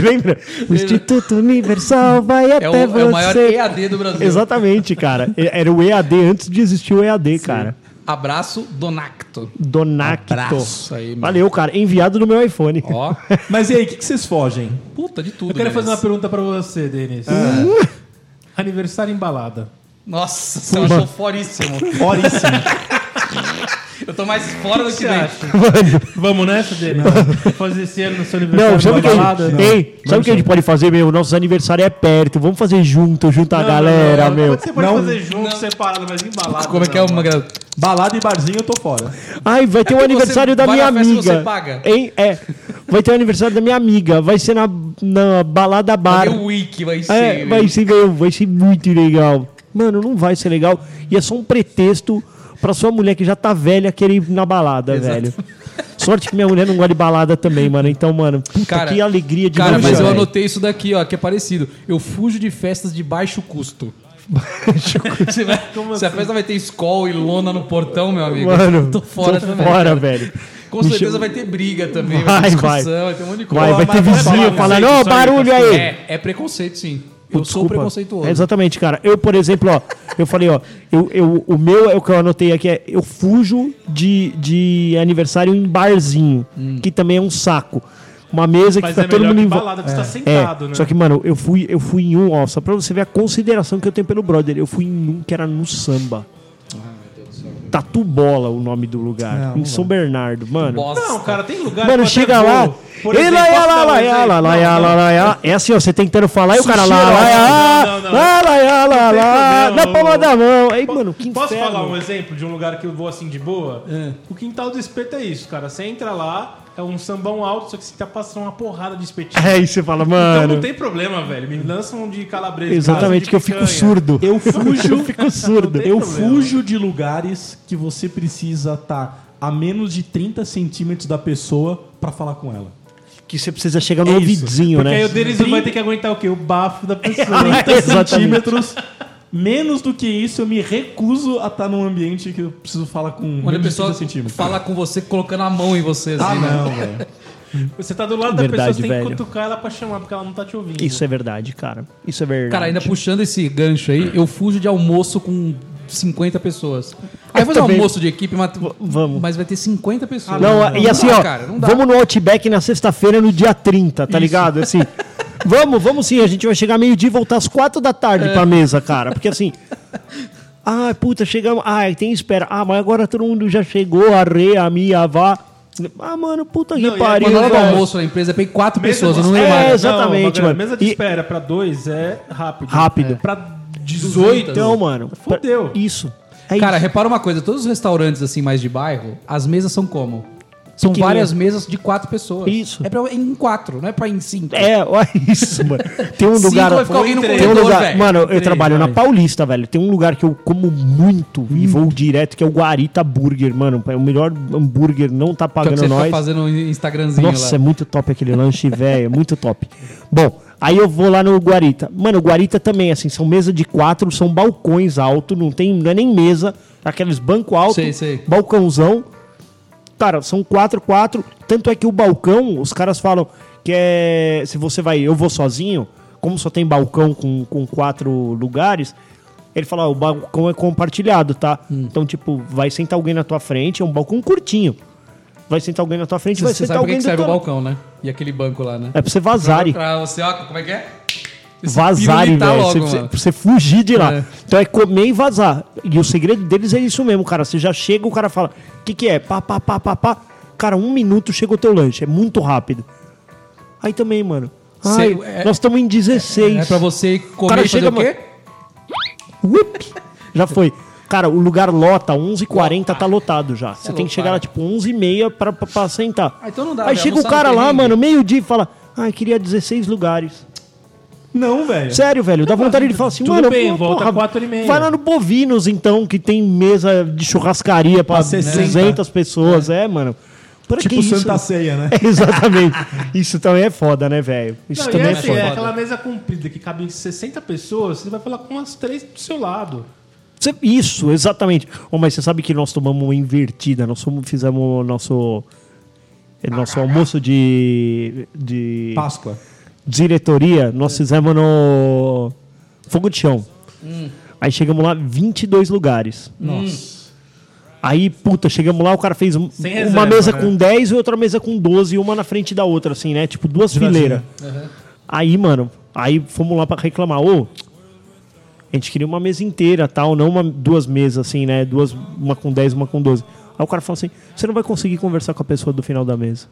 [SPEAKER 4] Lembra? O Instituto Universal vai
[SPEAKER 5] É o,
[SPEAKER 4] até você.
[SPEAKER 5] é o maior EAD do Brasil.
[SPEAKER 4] Exatamente, cara. E- Era o EAD antes de existir o EAD, cara.
[SPEAKER 5] Abraço Donacto.
[SPEAKER 4] Donacto.
[SPEAKER 5] Isso aí, mano.
[SPEAKER 4] Valeu, cara. Enviado no meu iPhone.
[SPEAKER 5] Ó,
[SPEAKER 3] Mas e aí, o que, que vocês fogem?
[SPEAKER 5] puta de tudo.
[SPEAKER 6] Eu quero
[SPEAKER 5] né,
[SPEAKER 6] fazer uma
[SPEAKER 5] Denis?
[SPEAKER 6] pergunta pra você, Denis.
[SPEAKER 3] Ah.
[SPEAKER 6] Aniversário em balada.
[SPEAKER 5] Nossa, senhora, eu sou foríssimo.
[SPEAKER 3] Horíssimo.
[SPEAKER 5] Eu tô mais fora do que dentro.
[SPEAKER 6] Vamos nessa, Denis? Fazer esse ano no seu aniversário um
[SPEAKER 4] Não, sabe o
[SPEAKER 6] uma
[SPEAKER 4] que, a gente-
[SPEAKER 6] balada?
[SPEAKER 5] né?
[SPEAKER 4] Ei, sabe o que a gente pode fazer, meu? Nossos aniversários é perto. Vamos fazer junto, junta a
[SPEAKER 6] Não, não,
[SPEAKER 4] galera,
[SPEAKER 6] não, não.
[SPEAKER 4] meu.
[SPEAKER 6] Você pode
[SPEAKER 3] Não.
[SPEAKER 6] fazer junto, separado, mas em balada.
[SPEAKER 5] Como é que é
[SPEAKER 6] não.
[SPEAKER 5] uma gra-
[SPEAKER 3] Balada e barzinho, eu tô fora.
[SPEAKER 4] Ai, vai ter o
[SPEAKER 5] porque
[SPEAKER 4] aniversário
[SPEAKER 5] É você
[SPEAKER 4] da
[SPEAKER 5] vai
[SPEAKER 4] minha
[SPEAKER 5] na festa e
[SPEAKER 4] amiga.
[SPEAKER 5] você paga.
[SPEAKER 4] Hein? É. Vai ter o aniversário da minha amiga. Vai ser na, na balada bar.
[SPEAKER 5] Cadê o Wiki vai ser.
[SPEAKER 4] É, vai ser, meu, vai ser muito legal. Mano, não vai ser legal. E é só um pretexto pra sua mulher que já tá velha querer ir na balada, velho. Sorte que minha mulher não gosta de balada também, mano. Então, mano, puta,
[SPEAKER 5] Cara,
[SPEAKER 4] que alegria de
[SPEAKER 5] Cara,
[SPEAKER 4] novo,
[SPEAKER 5] mas eu
[SPEAKER 4] velho.
[SPEAKER 5] anotei isso daqui, ó, que é parecido. Eu fujo de festas de baixo custo. Se, vai- se a festa vai ter escola e lona no portão, meu amigo,
[SPEAKER 4] Mano,
[SPEAKER 5] tô fora
[SPEAKER 4] tô
[SPEAKER 5] também.
[SPEAKER 4] fora,
[SPEAKER 5] cara.
[SPEAKER 4] velho.
[SPEAKER 5] Com
[SPEAKER 4] Me
[SPEAKER 5] certeza
[SPEAKER 4] chama-
[SPEAKER 5] vai ter briga também, vai,
[SPEAKER 4] Vai,
[SPEAKER 5] ter
[SPEAKER 4] vai.
[SPEAKER 5] discussão, vai ter um monte de
[SPEAKER 4] Vai,
[SPEAKER 5] coisa.
[SPEAKER 4] vai ter
[SPEAKER 6] mas
[SPEAKER 4] vizinho
[SPEAKER 6] vamos falar
[SPEAKER 4] falando, ô,
[SPEAKER 6] disso aí,
[SPEAKER 4] barulho aí.
[SPEAKER 5] É, é preconceito, sim. Eu sou
[SPEAKER 4] Desculpa.
[SPEAKER 5] preconceituoso.
[SPEAKER 4] É, exatamente, cara. Eu, por exemplo, ó, eu falei, ó, eu, eu, o meu é o que eu anotei aqui, é eu fujo de, de aniversário em barzinho, que também é um saco. Uma mesa que
[SPEAKER 6] Hum. Mas
[SPEAKER 4] tá
[SPEAKER 6] é
[SPEAKER 4] todo
[SPEAKER 6] melhor
[SPEAKER 4] mundo
[SPEAKER 6] que
[SPEAKER 4] va-
[SPEAKER 6] balada, que você tá
[SPEAKER 4] É,
[SPEAKER 6] sentado, né?
[SPEAKER 4] Só que, mano, eu fui, eu fui em um, ó,
[SPEAKER 6] Ah,
[SPEAKER 4] só pra você ver a consideração que eu tenho pelo brother. Eu fui em um que era no samba. Tatu Bola o nome do lugar.
[SPEAKER 3] Não,
[SPEAKER 4] em São Bernardo, mano.
[SPEAKER 5] Bosta.
[SPEAKER 6] Não, cara, tem lugar. que eu
[SPEAKER 4] Mano,
[SPEAKER 6] Tá até
[SPEAKER 4] chega
[SPEAKER 6] vou.
[SPEAKER 4] lá.
[SPEAKER 6] Por
[SPEAKER 4] Ei,
[SPEAKER 6] exemplo,
[SPEAKER 4] lá,
[SPEAKER 6] posso dar
[SPEAKER 4] lá, lá,
[SPEAKER 6] um
[SPEAKER 4] lá,
[SPEAKER 6] exemplo?
[SPEAKER 4] lá,
[SPEAKER 6] Não,
[SPEAKER 4] lá,
[SPEAKER 6] não.
[SPEAKER 4] lá, lá. É assim, ó, você tentando falar e o cara lá, Ah,
[SPEAKER 6] Sushi, é
[SPEAKER 4] lá, lá,
[SPEAKER 6] não, não, não.
[SPEAKER 4] lá, lá, lá, lá, lá,
[SPEAKER 6] problema,
[SPEAKER 4] na é palma
[SPEAKER 6] eu-
[SPEAKER 4] da mão. Aí, mano, que inferno.
[SPEAKER 6] Posso falar um exemplo de um lugar que eu vou assim de boa? O quintal do espeto é isso, cara. Você entra lá, é um sambão alto, só que você tá passando uma porrada de espetinho.
[SPEAKER 4] É, e você fala,
[SPEAKER 6] Então
[SPEAKER 4] mano.
[SPEAKER 6] não tem problema, velho. Me lançam de calabresa.
[SPEAKER 4] Exatamente, que eu
[SPEAKER 6] caso de
[SPEAKER 4] fico
[SPEAKER 6] picanha.
[SPEAKER 4] surdo.
[SPEAKER 3] Eu fujo,
[SPEAKER 4] Eu fico surdo.
[SPEAKER 6] tem
[SPEAKER 3] eu
[SPEAKER 6] problema.
[SPEAKER 3] fujo de lugares que você precisa estar a menos de 30 centímetros da pessoa pra falar com ela.
[SPEAKER 4] Que você precisa chegar no
[SPEAKER 6] É isso.
[SPEAKER 4] ouvidinho,
[SPEAKER 6] Porque
[SPEAKER 4] né?
[SPEAKER 6] aí
[SPEAKER 4] É,
[SPEAKER 6] o Denis não vai ter que aguentar o quê? O bafo da pessoa.
[SPEAKER 3] 30
[SPEAKER 4] Exatamente.
[SPEAKER 3] centímetros. Menos do que isso, eu me recuso a estar num ambiente que eu preciso falar com
[SPEAKER 5] Quando a
[SPEAKER 3] menos de
[SPEAKER 5] pessoa
[SPEAKER 3] 30 centímetros.
[SPEAKER 5] fala com você colocando a mão em você, assim,
[SPEAKER 3] Ah,
[SPEAKER 5] né?
[SPEAKER 3] não, velho.
[SPEAKER 6] Você tá do lado da
[SPEAKER 4] Verdade,
[SPEAKER 6] pessoa, você tem
[SPEAKER 4] velho.
[SPEAKER 6] que cutucar ela pra chamar, porque ela não tá te ouvindo.
[SPEAKER 4] Isso é verdade, cara. Isso é verdade.
[SPEAKER 5] Cara, ainda puxando esse gancho aí, eu fujo de almoço com 50 pessoas. Aí
[SPEAKER 4] Ah, Eu
[SPEAKER 5] fazer um
[SPEAKER 4] também.
[SPEAKER 5] almoço de equipe, mas,
[SPEAKER 4] vamos.
[SPEAKER 5] mas vai ter 50 pessoas.
[SPEAKER 4] Não, e assim,
[SPEAKER 5] dá,
[SPEAKER 4] ó,
[SPEAKER 5] cara, ah, não dá.
[SPEAKER 4] vamos no Outback na sexta-feira, no dia 30, tá ligado? Assim, vamos, vamos sim, a gente vai chegar meio-dia e voltar às quatro da
[SPEAKER 5] É.
[SPEAKER 4] tarde pra mesa, cara. Porque assim. Ah, puta, chegamos. Ah, tem espera. Ah, mas agora todo mundo já chegou, a Rê, a Mia, a Vá. Ah, mano, puta que
[SPEAKER 6] Não, e aí,
[SPEAKER 4] pariu.
[SPEAKER 5] Quando eu do
[SPEAKER 4] velho.
[SPEAKER 5] almoço na empresa, eu peguei 4
[SPEAKER 6] Mesa
[SPEAKER 5] pessoas,
[SPEAKER 6] de
[SPEAKER 5] eu não
[SPEAKER 4] espera.
[SPEAKER 5] lembro.
[SPEAKER 4] É,
[SPEAKER 5] mais.
[SPEAKER 4] exatamente,
[SPEAKER 6] Não, bagulho,
[SPEAKER 4] mano.
[SPEAKER 6] Mesa de
[SPEAKER 4] E-
[SPEAKER 6] espera pra dois é rápido.
[SPEAKER 4] Rápido.
[SPEAKER 6] Pra 18.
[SPEAKER 4] Então, mano. pra-
[SPEAKER 6] Fudeu.
[SPEAKER 4] Isso. É
[SPEAKER 5] Cara,
[SPEAKER 4] isso.
[SPEAKER 5] repara uma coisa, todos os restaurantes assim mais de bairro, as mesas são como? São
[SPEAKER 4] Pequenininha.
[SPEAKER 5] várias mesas de quatro pessoas.
[SPEAKER 4] Isso.
[SPEAKER 5] É pra, em quatro, não é pra em cinco.
[SPEAKER 4] É, olha isso, mano. Tem um
[SPEAKER 5] Cinco
[SPEAKER 4] lugar.
[SPEAKER 5] vai ficar alguém no
[SPEAKER 4] tem um
[SPEAKER 5] corredor,
[SPEAKER 4] lugar,
[SPEAKER 5] velho.
[SPEAKER 4] Mano, eu
[SPEAKER 6] Três,
[SPEAKER 4] trabalho
[SPEAKER 6] vai.
[SPEAKER 4] na Paulista, velho. Tem um lugar que eu como muito e
[SPEAKER 5] Hum.
[SPEAKER 4] vou direto, que é o Guarita Burger, mano. É o melhor hambúrguer, não tá
[SPEAKER 5] que é o que
[SPEAKER 4] pagando
[SPEAKER 5] você
[SPEAKER 4] nós.
[SPEAKER 5] fica fazendo um Instagramzinho
[SPEAKER 4] Nossa, é
[SPEAKER 5] lá.
[SPEAKER 4] muito top aquele lanche, velho. É muito top. Bom, aí eu vou lá no Guarita. Mano, o Guarita também, assim, são mesa de quatro, são balcões alto, não tem não é nem mesa, aqueles banco alto,
[SPEAKER 5] Sei, sei.
[SPEAKER 4] balcãozão. Cara, são quatro, quatro. Tanto é que o balcão, os caras falam que é. Se você vai, eu vou sozinho, como só tem balcão com, com quatro lugares. Ele fala, ó, o balcão é compartilhado, tá?
[SPEAKER 5] Hum.
[SPEAKER 4] Então, tipo, vai sentar alguém na tua frente, é um balcão curtinho. Vai sentar alguém na tua frente, vai
[SPEAKER 5] Você
[SPEAKER 4] sentar
[SPEAKER 5] sabe pra que
[SPEAKER 4] alguém
[SPEAKER 5] que
[SPEAKER 4] do
[SPEAKER 5] serve o
[SPEAKER 4] teu-
[SPEAKER 5] balcão, né? E aquele banco lá, né?
[SPEAKER 4] é pra você vazar.
[SPEAKER 5] Pra você, ó, como é que é? Você
[SPEAKER 4] Vazar, velho.
[SPEAKER 5] pirulitar
[SPEAKER 4] Você,
[SPEAKER 5] logo,
[SPEAKER 4] você-
[SPEAKER 5] mano.
[SPEAKER 4] pra você fugir de lá.
[SPEAKER 5] É.
[SPEAKER 4] Então é comer e vazar. E o segredo deles é isso mesmo, cara. Você já chega, o cara fala: o que, que é? Pá, pá, pá, pá, pá. Cara, um minuto chega o teu lanche. É muito rápido. Aí também, mano. Ai,
[SPEAKER 5] Cê- é-
[SPEAKER 4] nós estamos em 16.
[SPEAKER 5] É pra você comer
[SPEAKER 4] cara
[SPEAKER 5] e fazer
[SPEAKER 4] chega,
[SPEAKER 5] o quê?
[SPEAKER 4] Uip! já foi. Cara, o lugar lota, 11h40 tá lotado já. Você tem que chegar lá tipo 11h30 pra, pra, pra sentar.
[SPEAKER 5] Ah, então não dá,
[SPEAKER 4] Aí
[SPEAKER 5] velho,
[SPEAKER 4] chega o
[SPEAKER 5] almoçar no
[SPEAKER 4] cara lá,
[SPEAKER 5] perrengue.
[SPEAKER 4] mano, meio-dia e fala: Ai, queria 16 lugares.
[SPEAKER 3] Não, velho.
[SPEAKER 4] Sério, velho, dá vontade de falar assim,
[SPEAKER 6] É. tudo
[SPEAKER 4] mano,
[SPEAKER 6] bem,
[SPEAKER 4] pô,
[SPEAKER 6] volta
[SPEAKER 4] porra,
[SPEAKER 6] quatro e meia.
[SPEAKER 4] Vai lá no Bovinos, então, que tem mesa de churrascaria pra
[SPEAKER 3] 60.
[SPEAKER 4] 200 pessoas, é, mano. Pra
[SPEAKER 3] Tipo
[SPEAKER 4] que
[SPEAKER 3] Santa
[SPEAKER 4] isso?
[SPEAKER 3] Ceia, né?
[SPEAKER 4] É, exatamente. Isso também é foda, né, velho? Isso
[SPEAKER 6] Não, e
[SPEAKER 4] também
[SPEAKER 6] é,
[SPEAKER 4] é
[SPEAKER 6] assim,
[SPEAKER 4] foda.
[SPEAKER 6] é aquela mesa comprida que cabe em 60 pessoas, você vai falar com umas três do seu lado.
[SPEAKER 4] Cê- Isso, exatamente. Ô, mas você sabe que nós tomamos uma invertida, nós fomos- fizemos o nosso, é, nosso almoço de, de
[SPEAKER 3] Páscoa.
[SPEAKER 4] diretoria,
[SPEAKER 6] É.
[SPEAKER 4] nós fizemos no Fogo de Chão.
[SPEAKER 6] Hum.
[SPEAKER 4] Aí chegamos lá, 22 lugares.
[SPEAKER 3] Nossa.
[SPEAKER 4] Aí, puta, chegamos lá, o cara fez um-
[SPEAKER 6] Sem
[SPEAKER 4] uma
[SPEAKER 6] reserva,
[SPEAKER 4] mesa
[SPEAKER 6] né?
[SPEAKER 4] com 10 e outra mesa com 12, uma na frente da outra, assim, né? Tipo, duas fileiras. Aí, mano, aí fomos lá pra reclamar. Ô, a gente queria uma mesa inteira, tal, não uma, duas mesas, assim, né? Duas, uma com 10, uma com 12. Aí o cara falou assim, você não vai conseguir conversar com a pessoa do final da mesa.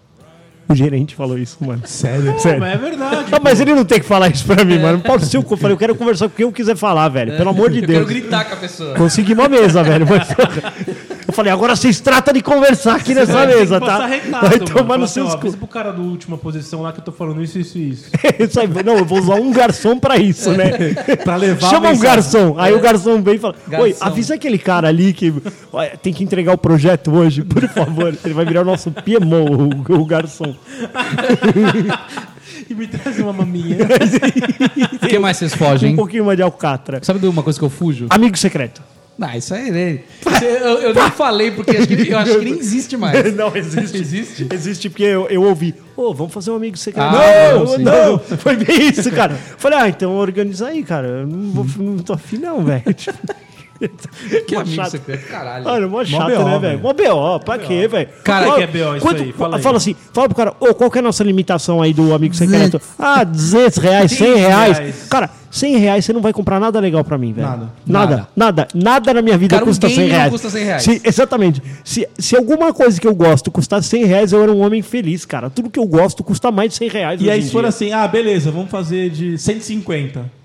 [SPEAKER 4] O gerente falou isso, mano.
[SPEAKER 3] Sério?
[SPEAKER 6] Pô, mas é verdade.
[SPEAKER 4] Ah, mas ele não tem que falar isso pra
[SPEAKER 6] É.
[SPEAKER 4] mim, mano. Pau no seu cu. Eu falei, eu quero conversar com quem eu quiser falar, velho. Pelo amor de
[SPEAKER 5] Eu quero
[SPEAKER 4] Deus.
[SPEAKER 5] gritar com a pessoa.
[SPEAKER 4] Consegui uma mesa, velho. mas- Eu falei, agora vocês tratam de conversar aqui nessa
[SPEAKER 6] Tem que
[SPEAKER 4] mesa,
[SPEAKER 6] passar
[SPEAKER 4] tá?
[SPEAKER 6] Recado,
[SPEAKER 4] Vai
[SPEAKER 6] mano.
[SPEAKER 4] tomar
[SPEAKER 6] Fala
[SPEAKER 4] no
[SPEAKER 6] assim, ó,
[SPEAKER 4] seus
[SPEAKER 6] avisa
[SPEAKER 4] cu.
[SPEAKER 6] pro cara do última posição lá que eu tô falando isso, isso e isso.
[SPEAKER 4] Sabe, Não, eu vou usar um garçom pra isso, né?
[SPEAKER 3] Pra levar a
[SPEAKER 4] Chama um
[SPEAKER 3] mensagem. É.
[SPEAKER 4] garçom. Aí o garçom vem e fala: Oi,
[SPEAKER 5] Garçom.
[SPEAKER 4] avisa aquele cara ali que olha, tem que entregar o projeto hoje, por favor. Ele vai virar o nosso Piemon, o, o garçom.
[SPEAKER 6] E me traz uma maminha.
[SPEAKER 5] O que mais vocês fogem,
[SPEAKER 4] Um
[SPEAKER 5] hein?
[SPEAKER 4] pouquinho mais de alcatra.
[SPEAKER 5] Sabe de uma coisa que eu fujo?
[SPEAKER 4] Amigo secreto.
[SPEAKER 5] Ah, isso aí. né? Isso Eu, eu, eu nem falei, porque acho que- eu acho que nem existe mais.
[SPEAKER 4] Não, existe.
[SPEAKER 5] Existe?
[SPEAKER 4] Existe porque eu, eu ouvi, ô, vamos fazer um amigo secreto.
[SPEAKER 5] Ah,
[SPEAKER 4] não,
[SPEAKER 5] não, sim.
[SPEAKER 4] não, foi bem isso, cara. Falei, ah, então organiza aí, cara. Eu não, vou, não tô afim não, velho. Tipo,
[SPEAKER 5] Que
[SPEAKER 4] Mó
[SPEAKER 5] amigo
[SPEAKER 4] chato.
[SPEAKER 5] secreto, caralho.
[SPEAKER 4] Mano, mó chato,
[SPEAKER 3] BO,
[SPEAKER 4] né,
[SPEAKER 3] velho.
[SPEAKER 4] velho? Mó BO, pra quê, velho?
[SPEAKER 5] Cara,
[SPEAKER 4] Fala-
[SPEAKER 6] que é BO isso aí? Fala
[SPEAKER 4] Fala,
[SPEAKER 6] aí.
[SPEAKER 4] assim, fala pro cara, ô, qual que é a nossa limitação aí do amigo secreto? Ah, 200 reais, 100 reais.
[SPEAKER 6] reais.
[SPEAKER 4] Cara, 100 reais você não vai comprar nada legal pra mim, velho.
[SPEAKER 3] Nada.
[SPEAKER 4] Nada, nada. Nada na minha vida
[SPEAKER 5] Cara, um
[SPEAKER 4] custa 100
[SPEAKER 5] game não
[SPEAKER 4] reais.
[SPEAKER 5] custa 100 reais.
[SPEAKER 4] Se- exatamente. Se, se alguma coisa que eu gosto custasse 100 reais, eu era um homem feliz, cara. Tudo que eu gosto custa mais de 100 reais
[SPEAKER 3] E
[SPEAKER 4] hoje
[SPEAKER 3] aí
[SPEAKER 4] em
[SPEAKER 3] se for
[SPEAKER 4] dia.
[SPEAKER 3] assim, ah, beleza, vamos fazer de 150.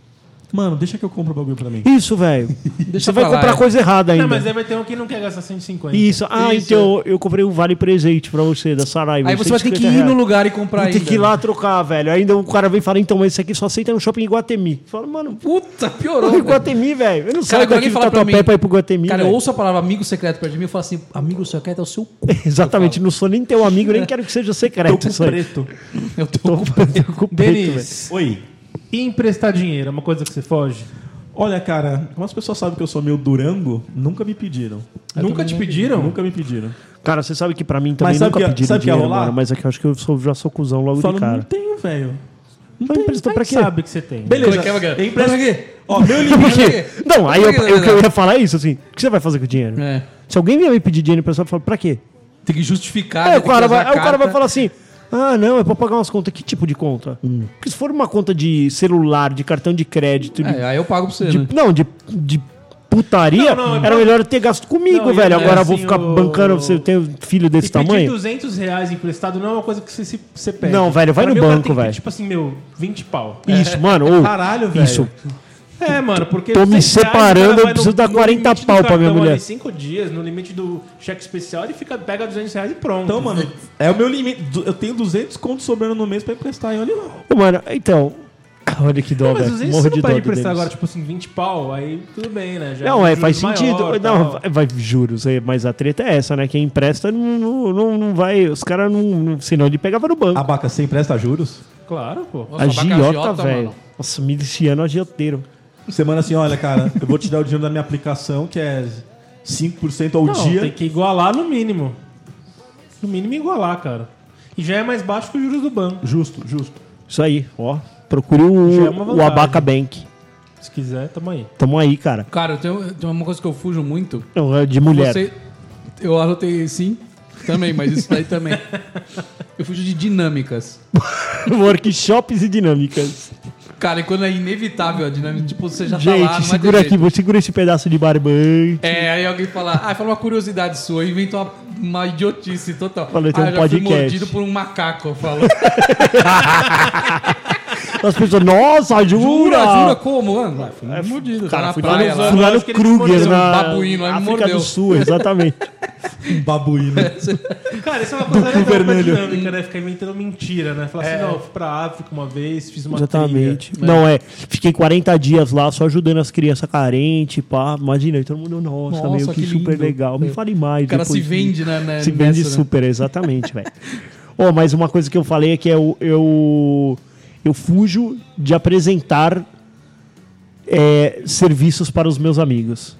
[SPEAKER 3] Mano, deixa que eu compro o bagulho pra mim.
[SPEAKER 4] Isso, velho. Você vai
[SPEAKER 5] pra lá,
[SPEAKER 4] comprar
[SPEAKER 5] é.
[SPEAKER 4] coisa errada ainda.
[SPEAKER 6] Não, mas aí vai ter um que não quer gastar 150.
[SPEAKER 4] Isso. Ah, então eu comprei um vale presente pra você da Saraiva.
[SPEAKER 5] Aí você vai ter que ir
[SPEAKER 4] 150 reais.
[SPEAKER 5] no lugar e comprar
[SPEAKER 4] Tem
[SPEAKER 5] ainda.
[SPEAKER 4] que ir lá trocar, velho. Ainda o cara vem e fala, então, mas isso aqui só aceita no shopping Iguatemi. Fala, mano,
[SPEAKER 5] Puta, piorou.
[SPEAKER 4] porra,
[SPEAKER 5] velho.
[SPEAKER 4] Iguatemi, velho. Eu não
[SPEAKER 5] Cara,
[SPEAKER 4] saio
[SPEAKER 5] quando
[SPEAKER 4] daqui
[SPEAKER 5] alguém
[SPEAKER 4] de
[SPEAKER 5] fala pra
[SPEAKER 4] Tatuapé
[SPEAKER 5] mim...
[SPEAKER 4] pra ir pro Iguatemi,
[SPEAKER 5] Cara, eu
[SPEAKER 4] velho.
[SPEAKER 5] ouço a palavra amigo secreto perto de mim e falo assim, amigo secreto é o seu cu.
[SPEAKER 4] Exatamente, não sou nem teu amigo, nem quero que seja secreto isso aí.
[SPEAKER 6] Preto.
[SPEAKER 5] Eu tô
[SPEAKER 4] Tô com- com preto, velho.
[SPEAKER 6] Denis,
[SPEAKER 3] Oi.
[SPEAKER 6] e emprestar dinheiro é uma coisa que você foge?
[SPEAKER 3] Olha, cara, como as pessoas sabem que eu sou meio Durango, nunca me pediram.
[SPEAKER 6] Nunca te pediram?
[SPEAKER 3] Nunca me pediram.
[SPEAKER 4] Cara, você sabe que pra mim também
[SPEAKER 3] Mas sabe
[SPEAKER 4] nunca
[SPEAKER 3] que ia-
[SPEAKER 4] pediram
[SPEAKER 3] sabe que ia
[SPEAKER 4] dinheiro,
[SPEAKER 3] rolar?
[SPEAKER 4] mano. Mas é que eu acho que eu sou, já sou cuzão logo
[SPEAKER 3] Falo,
[SPEAKER 4] de
[SPEAKER 3] não
[SPEAKER 4] cara.
[SPEAKER 3] tenho, velho.
[SPEAKER 4] Não emprestou pra
[SPEAKER 6] Mas
[SPEAKER 4] quê?
[SPEAKER 6] sabe que você tem. né?
[SPEAKER 3] Beleza.
[SPEAKER 5] Como é que é, Magrão?
[SPEAKER 3] Empresta
[SPEAKER 5] Como é que é?
[SPEAKER 3] Ó, meu
[SPEAKER 4] Por
[SPEAKER 3] limite.
[SPEAKER 4] quê? Não, aí eu,
[SPEAKER 5] Por que que
[SPEAKER 4] eu- o que eu
[SPEAKER 5] não?
[SPEAKER 4] ia falar é isso, assim. O que você vai fazer com o dinheiro?
[SPEAKER 5] É.
[SPEAKER 4] Se alguém vier me pedir dinheiro, o pessoal fala, pra quê?
[SPEAKER 5] Tem que justificar.
[SPEAKER 4] Aí
[SPEAKER 5] né?
[SPEAKER 4] É, o
[SPEAKER 5] Tem que
[SPEAKER 4] cara,
[SPEAKER 5] fazer
[SPEAKER 4] vai,
[SPEAKER 5] a
[SPEAKER 4] aí o cara
[SPEAKER 5] carta.
[SPEAKER 4] vai falar assim: ah, não, é pra pagar umas contas. Que tipo de conta? Porque se for uma conta de celular, de cartão de crédito, de-
[SPEAKER 5] É, aí eu pago pra você,
[SPEAKER 4] de-
[SPEAKER 5] né?
[SPEAKER 4] não, de, de putaria,
[SPEAKER 6] Não, não, é
[SPEAKER 4] era
[SPEAKER 6] pra-
[SPEAKER 4] melhor eu ter gasto comigo,
[SPEAKER 6] Não, e
[SPEAKER 4] velho.
[SPEAKER 6] é
[SPEAKER 4] Agora eu
[SPEAKER 6] assim,
[SPEAKER 4] vou ficar
[SPEAKER 6] o-
[SPEAKER 4] bancando você ter um filho desse
[SPEAKER 6] E pedir
[SPEAKER 4] tamanho.
[SPEAKER 6] 200 reais emprestado não é uma coisa que você, se, você pede.
[SPEAKER 4] Não, velho, vai
[SPEAKER 6] Pra
[SPEAKER 4] no
[SPEAKER 6] mim, o cara
[SPEAKER 4] banco,
[SPEAKER 6] tem que ter,
[SPEAKER 4] velho.
[SPEAKER 6] Tipo assim, meu, 20 pau.
[SPEAKER 4] Isso, mano. ô,
[SPEAKER 3] Caralho, velho.
[SPEAKER 4] Isso.
[SPEAKER 6] É, mano, porque.
[SPEAKER 4] Tô
[SPEAKER 6] 100
[SPEAKER 4] me
[SPEAKER 6] reais,
[SPEAKER 4] separando,
[SPEAKER 6] o cara
[SPEAKER 4] eu
[SPEAKER 6] vai no-
[SPEAKER 4] preciso dar
[SPEAKER 6] no
[SPEAKER 4] 40
[SPEAKER 6] limite do
[SPEAKER 4] pau pra minha
[SPEAKER 6] cartão ali,
[SPEAKER 4] mulher.
[SPEAKER 6] cinco dias, no limite do cheque especial, ele fica, pega 200 reais e pronto.
[SPEAKER 3] Então, mano, é o meu limite. Du- Eu tenho 200 contos sobrando no mês pra emprestar. E olha lá.
[SPEAKER 4] Ô, Mano, então. Olha que dó,
[SPEAKER 6] Não, mas
[SPEAKER 4] velho.
[SPEAKER 6] 200
[SPEAKER 4] Morro
[SPEAKER 6] você não
[SPEAKER 4] de dó.
[SPEAKER 6] pode
[SPEAKER 4] do
[SPEAKER 6] emprestar
[SPEAKER 4] Denis.
[SPEAKER 6] agora, tipo assim, 20 pau, aí tudo bem, né? Já
[SPEAKER 4] Não,
[SPEAKER 6] um
[SPEAKER 4] é, faz
[SPEAKER 6] juros
[SPEAKER 4] sentido.
[SPEAKER 6] maior,
[SPEAKER 4] não,
[SPEAKER 6] tal.
[SPEAKER 4] vai, vai- juros, é, mas a treta é essa, né? Quem empresta não, não, não- não vai. Os caras não, não. Senão ele pegava no banco.
[SPEAKER 3] Abaca, você empresta juros?
[SPEAKER 6] Claro,
[SPEAKER 4] Um
[SPEAKER 6] pô.
[SPEAKER 5] Nossa, abaca a
[SPEAKER 4] Agiota,
[SPEAKER 5] agiota,
[SPEAKER 4] velho.
[SPEAKER 5] mano.
[SPEAKER 4] Nossa, miliciano agioteiro.
[SPEAKER 3] Você manda assim, olha, cara, eu vou te dar o dinheiro da minha aplicação, que é 5% ao
[SPEAKER 6] Não,
[SPEAKER 3] dia.
[SPEAKER 6] tem que igualar no mínimo. No mínimo igualar, cara. E já é mais baixo que os juros do banco,
[SPEAKER 3] Justo, justo.
[SPEAKER 4] Isso aí, ó. Procure
[SPEAKER 6] Já
[SPEAKER 4] o,
[SPEAKER 6] é uma
[SPEAKER 4] o
[SPEAKER 6] vantagem.
[SPEAKER 4] Abaca Bank.
[SPEAKER 6] se quiser, tamo aí.
[SPEAKER 4] Tamo aí, cara.
[SPEAKER 5] Cara, eu tenho, tem uma coisa que eu fujo muito.
[SPEAKER 4] Não, é De mulher.
[SPEAKER 5] Você- eu anotei sim, também, mas isso daí também. Eu fujo de dinâmicas.
[SPEAKER 4] Workshops e dinâmicas.
[SPEAKER 5] Cara, e quando é inevitável a dinâmica, tipo, você já
[SPEAKER 4] Gente,
[SPEAKER 5] tá lá, não vai ter
[SPEAKER 4] segura aqui,
[SPEAKER 5] jeito.
[SPEAKER 4] vou- segura esse pedaço de barbante.
[SPEAKER 5] É, aí alguém fala, ah, fala uma curiosidade sua, inventa uma, uma idiotice total.
[SPEAKER 4] Falei, tem
[SPEAKER 5] ah,
[SPEAKER 4] um
[SPEAKER 5] eu já fui
[SPEAKER 4] podcast.
[SPEAKER 5] mordido por um macaco, eu falo.
[SPEAKER 4] As pessoas, nossa, jura? é
[SPEAKER 5] Jura, jura como? Mano, ah, fui mordido.
[SPEAKER 4] Cara,
[SPEAKER 5] tá
[SPEAKER 4] fui
[SPEAKER 5] na praia,
[SPEAKER 4] lá
[SPEAKER 5] lá.
[SPEAKER 4] no, fui lá no
[SPEAKER 6] acho que ele
[SPEAKER 4] Kruger,
[SPEAKER 6] mordeu um
[SPEAKER 4] na
[SPEAKER 5] babuíno, aí me
[SPEAKER 4] África
[SPEAKER 5] mordeu.
[SPEAKER 4] do Sul, exatamente.
[SPEAKER 3] Babuíno.
[SPEAKER 6] Cara, isso é uma coisa legal pra
[SPEAKER 3] vermelho. É.
[SPEAKER 6] dinâmica, né? Ficar inventando mentira, né? Falar assim, não, eu fui pra África uma vez, fiz uma
[SPEAKER 4] exatamente.
[SPEAKER 5] né?
[SPEAKER 6] trilha.
[SPEAKER 4] Não, é, fiquei 40 dias lá só ajudando as crianças carentes, pá. Imagina, aí todo mundo, nossa,
[SPEAKER 5] Nossa,
[SPEAKER 4] meu, que,
[SPEAKER 5] que
[SPEAKER 4] super
[SPEAKER 5] lindo. É.
[SPEAKER 4] legal. Me fale mais.
[SPEAKER 5] O cara se
[SPEAKER 4] depois disso.
[SPEAKER 5] vende, né? né,
[SPEAKER 4] Se vende
[SPEAKER 5] nessa, né?
[SPEAKER 4] super, exatamente, velho. Ô, mas uma coisa que eu falei é que eu, eu, eu fujo de apresentar é, serviços para os meus amigos.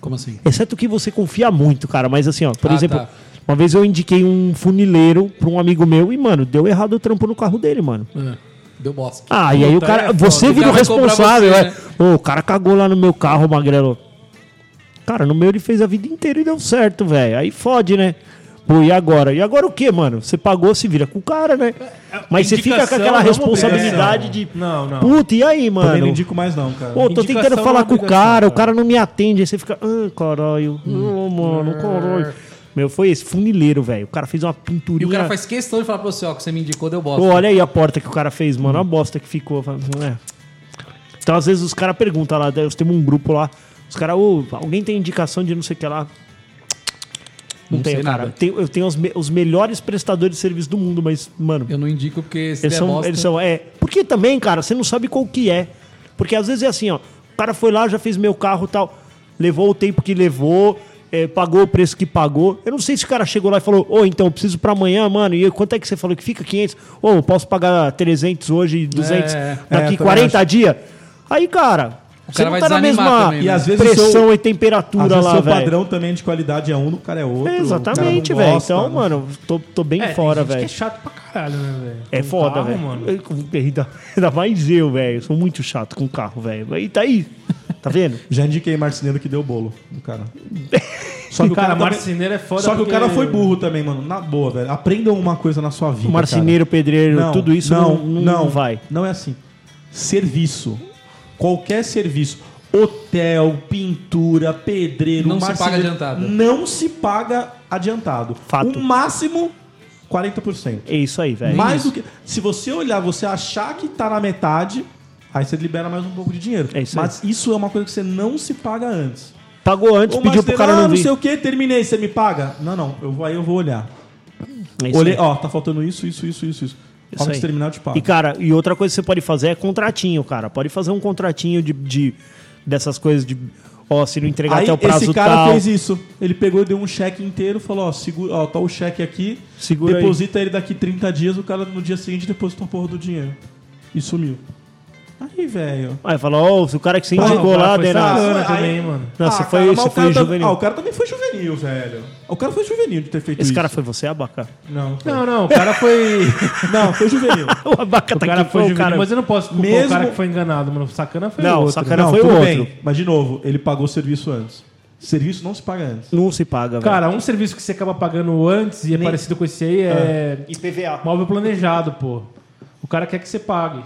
[SPEAKER 5] Como assim?
[SPEAKER 4] Exceto que você confia muito, cara. Mas assim, ó, por
[SPEAKER 5] Ah,
[SPEAKER 4] exemplo,
[SPEAKER 5] tá.
[SPEAKER 4] uma vez eu indiquei um funileiro para um amigo meu e, mano, deu errado o trampo no carro dele, mano.
[SPEAKER 5] É, Deu bosta.
[SPEAKER 4] Ah, e aí o
[SPEAKER 6] Puta, é
[SPEAKER 4] cara.
[SPEAKER 6] foda.
[SPEAKER 4] Você
[SPEAKER 5] O
[SPEAKER 4] vira o
[SPEAKER 5] cara vai cobrar
[SPEAKER 4] responsável,
[SPEAKER 5] você,
[SPEAKER 6] né?
[SPEAKER 4] é. Ô, o cara cagou lá no meu carro, magrelo. Cara, no meu ele fez a vida inteira e deu certo, velho. Aí fode, né? Pô, e agora? E agora o que, mano? Você pagou, se vira com o cara, né? Mas você fica com
[SPEAKER 6] indicação
[SPEAKER 4] aquela
[SPEAKER 6] não
[SPEAKER 4] responsabilidade de.
[SPEAKER 6] obrigação. Não, não.
[SPEAKER 4] Puta, e aí,
[SPEAKER 3] Também não
[SPEAKER 4] mano?
[SPEAKER 3] indico mais, não, cara.
[SPEAKER 4] Pô, tô
[SPEAKER 6] Indicação
[SPEAKER 4] tentando
[SPEAKER 6] não é
[SPEAKER 4] falar com o
[SPEAKER 6] obrigação,
[SPEAKER 4] cara, o
[SPEAKER 6] cara.
[SPEAKER 4] cara não me atende. Aí você fica, ah, caralho. Ô, mano, caralho. Meu, foi esse funileiro, velho. O cara fez uma
[SPEAKER 5] E
[SPEAKER 4] pinturinha.
[SPEAKER 5] o cara faz questão de falar pra você, ó, que você me indicou, deu bosta. Hum.
[SPEAKER 4] Pô, olha aí a porta que o cara fez, mano. A bosta que ficou. Fala, "É." Então, às vezes, os caras perguntam lá, nós temos um grupo lá. Os caras, ô, alguém tem indicação de não sei o que lá? Não,
[SPEAKER 5] Não
[SPEAKER 4] tenho,
[SPEAKER 5] sei
[SPEAKER 4] cara.
[SPEAKER 5] nada.
[SPEAKER 4] Tenho- eu tenho os, me- os melhores prestadores de serviço do mundo, mas, mano,
[SPEAKER 5] Eu não indico porque
[SPEAKER 4] eles
[SPEAKER 5] se der
[SPEAKER 4] são,
[SPEAKER 5] bosta...
[SPEAKER 4] eles são. É. Porque também, cara, você não sabe qual que é. Porque às vezes é assim, ó. O cara foi lá, já fez meu carro e tal. Levou o tempo que levou, é, pagou o preço que pagou. Eu não sei se o cara chegou lá e falou, ô, então, eu preciso pra amanhã, mano. E quanto é que você falou que fica? 500? Ô, eu posso pagar 300 hoje, 200
[SPEAKER 5] É,
[SPEAKER 4] daqui
[SPEAKER 3] é, eu
[SPEAKER 4] 40 dias? Aí, cara, você
[SPEAKER 5] cara
[SPEAKER 4] não
[SPEAKER 5] vai
[SPEAKER 4] tá na
[SPEAKER 5] desanimar
[SPEAKER 4] mesma
[SPEAKER 5] também, né?
[SPEAKER 3] E às vezes
[SPEAKER 4] pressão
[SPEAKER 3] o seu-
[SPEAKER 4] e
[SPEAKER 3] Às
[SPEAKER 4] temperatura
[SPEAKER 3] vezes
[SPEAKER 4] lá,
[SPEAKER 3] seu
[SPEAKER 4] velho.
[SPEAKER 3] padrão também de qualidade é um, do cara é outro.
[SPEAKER 4] É,
[SPEAKER 3] o
[SPEAKER 4] Exatamente,
[SPEAKER 3] cara não
[SPEAKER 4] velho.
[SPEAKER 3] gosta,
[SPEAKER 4] Então,
[SPEAKER 3] né?
[SPEAKER 4] mano, tô, tô bem
[SPEAKER 6] É,
[SPEAKER 4] fora,
[SPEAKER 6] tem gente que
[SPEAKER 4] velho.
[SPEAKER 6] é chato pra caralho, né, velho?
[SPEAKER 4] É
[SPEAKER 6] Com
[SPEAKER 4] foda,
[SPEAKER 6] carro,
[SPEAKER 4] velho.
[SPEAKER 6] mano.
[SPEAKER 4] Eu- Ainda, ainda mais eu, velho. Eu Sou muito chato com carro, velho. E tá aí. Tá vendo?
[SPEAKER 3] Já indiquei marceneiro que deu bolo no cara. Só que o
[SPEAKER 6] Cara,
[SPEAKER 3] cara, também-
[SPEAKER 6] marceneiro é foda
[SPEAKER 3] Só que o
[SPEAKER 6] porque-
[SPEAKER 3] cara foi burro também, mano. Na boa, velho. Aprendam uma coisa na sua vida.
[SPEAKER 4] Marceneiro, pedreiro,
[SPEAKER 3] cara. Não,
[SPEAKER 4] tudo isso não, não, não vai.
[SPEAKER 3] Não é assim. Serviço. Qualquer serviço. Hotel, pintura, pedreiro,
[SPEAKER 5] Não se
[SPEAKER 3] marceneiro,
[SPEAKER 5] paga adiantado.
[SPEAKER 3] Não se paga adiantado.
[SPEAKER 4] Fato.
[SPEAKER 3] O máximo, 40%.
[SPEAKER 4] É isso aí, velho.
[SPEAKER 3] mais do que. Se você olhar, você achar que tá na metade, aí você libera mais um pouco de dinheiro.
[SPEAKER 4] É isso aí.
[SPEAKER 3] Mas isso é uma coisa que você não se paga antes.
[SPEAKER 4] Pagou antes,
[SPEAKER 3] Ô,
[SPEAKER 4] pediu pro
[SPEAKER 3] marceneiro,
[SPEAKER 4] cara
[SPEAKER 3] ah,
[SPEAKER 4] não
[SPEAKER 3] não
[SPEAKER 4] vir.
[SPEAKER 3] sei o que, terminei, você me paga? Não, não, eu vou, aí eu vou olhar.
[SPEAKER 4] É isso
[SPEAKER 3] Olhei,
[SPEAKER 4] aí.
[SPEAKER 3] ó, tá faltando isso, isso, isso, isso, isso.
[SPEAKER 4] Isso
[SPEAKER 3] Quando
[SPEAKER 4] aí.
[SPEAKER 3] você terminar, eu te pago.
[SPEAKER 4] E, cara, e outra coisa que você pode fazer é contratinho, cara. Pode fazer um contratinho de, de- dessas coisas de. Ó, se não entregar
[SPEAKER 3] Aí
[SPEAKER 4] até o prazo
[SPEAKER 3] esse cara
[SPEAKER 4] tal.
[SPEAKER 3] fez isso. Ele pegou e deu um cheque inteiro, falou, ó, segura, ó, tá o cheque aqui,
[SPEAKER 4] Segura aí.
[SPEAKER 3] deposita ele daqui 30 dias, o cara no dia seguinte depositou a porra do dinheiro. E sumiu. Aí, velho.
[SPEAKER 4] Aí fala, ó, se o cara que se
[SPEAKER 6] Não,
[SPEAKER 4] indicou
[SPEAKER 6] Ah, cara,
[SPEAKER 4] lá,
[SPEAKER 6] foi
[SPEAKER 4] Denato.
[SPEAKER 6] sacana
[SPEAKER 3] Aí-
[SPEAKER 6] também, mano.
[SPEAKER 4] Não, você foi-
[SPEAKER 3] mas
[SPEAKER 4] você foi
[SPEAKER 3] o Ah, cara tam-
[SPEAKER 4] juvenil.
[SPEAKER 3] Ah, o cara também foi juvenil, velho. O cara foi juvenil de ter feito
[SPEAKER 4] Esse
[SPEAKER 3] isso.
[SPEAKER 4] cara foi você, Abaca?
[SPEAKER 3] Não, foi-
[SPEAKER 6] Não, não, o cara foi.
[SPEAKER 3] não, foi juvenil.
[SPEAKER 4] O
[SPEAKER 6] o
[SPEAKER 4] Abaca tá
[SPEAKER 6] cara
[SPEAKER 4] aqui, foi
[SPEAKER 6] foi
[SPEAKER 4] o
[SPEAKER 6] juvenil,
[SPEAKER 4] cara.
[SPEAKER 6] mas eu não posso culpar o
[SPEAKER 3] Mesmo-
[SPEAKER 6] cara que foi enganado, mano. O sacana foi
[SPEAKER 4] Não,
[SPEAKER 6] o outro.
[SPEAKER 4] sacana- Cara, foi
[SPEAKER 3] tudo
[SPEAKER 4] outro.
[SPEAKER 3] mas de novo, ele pagou o serviço antes. Serviço não se paga antes.
[SPEAKER 4] Não se paga, velho.
[SPEAKER 6] Cara, um serviço que você acaba pagando antes e é parecido com esse aí é
[SPEAKER 4] Ah. IPVA.
[SPEAKER 6] móvel planejado, pô. O cara quer que você pague.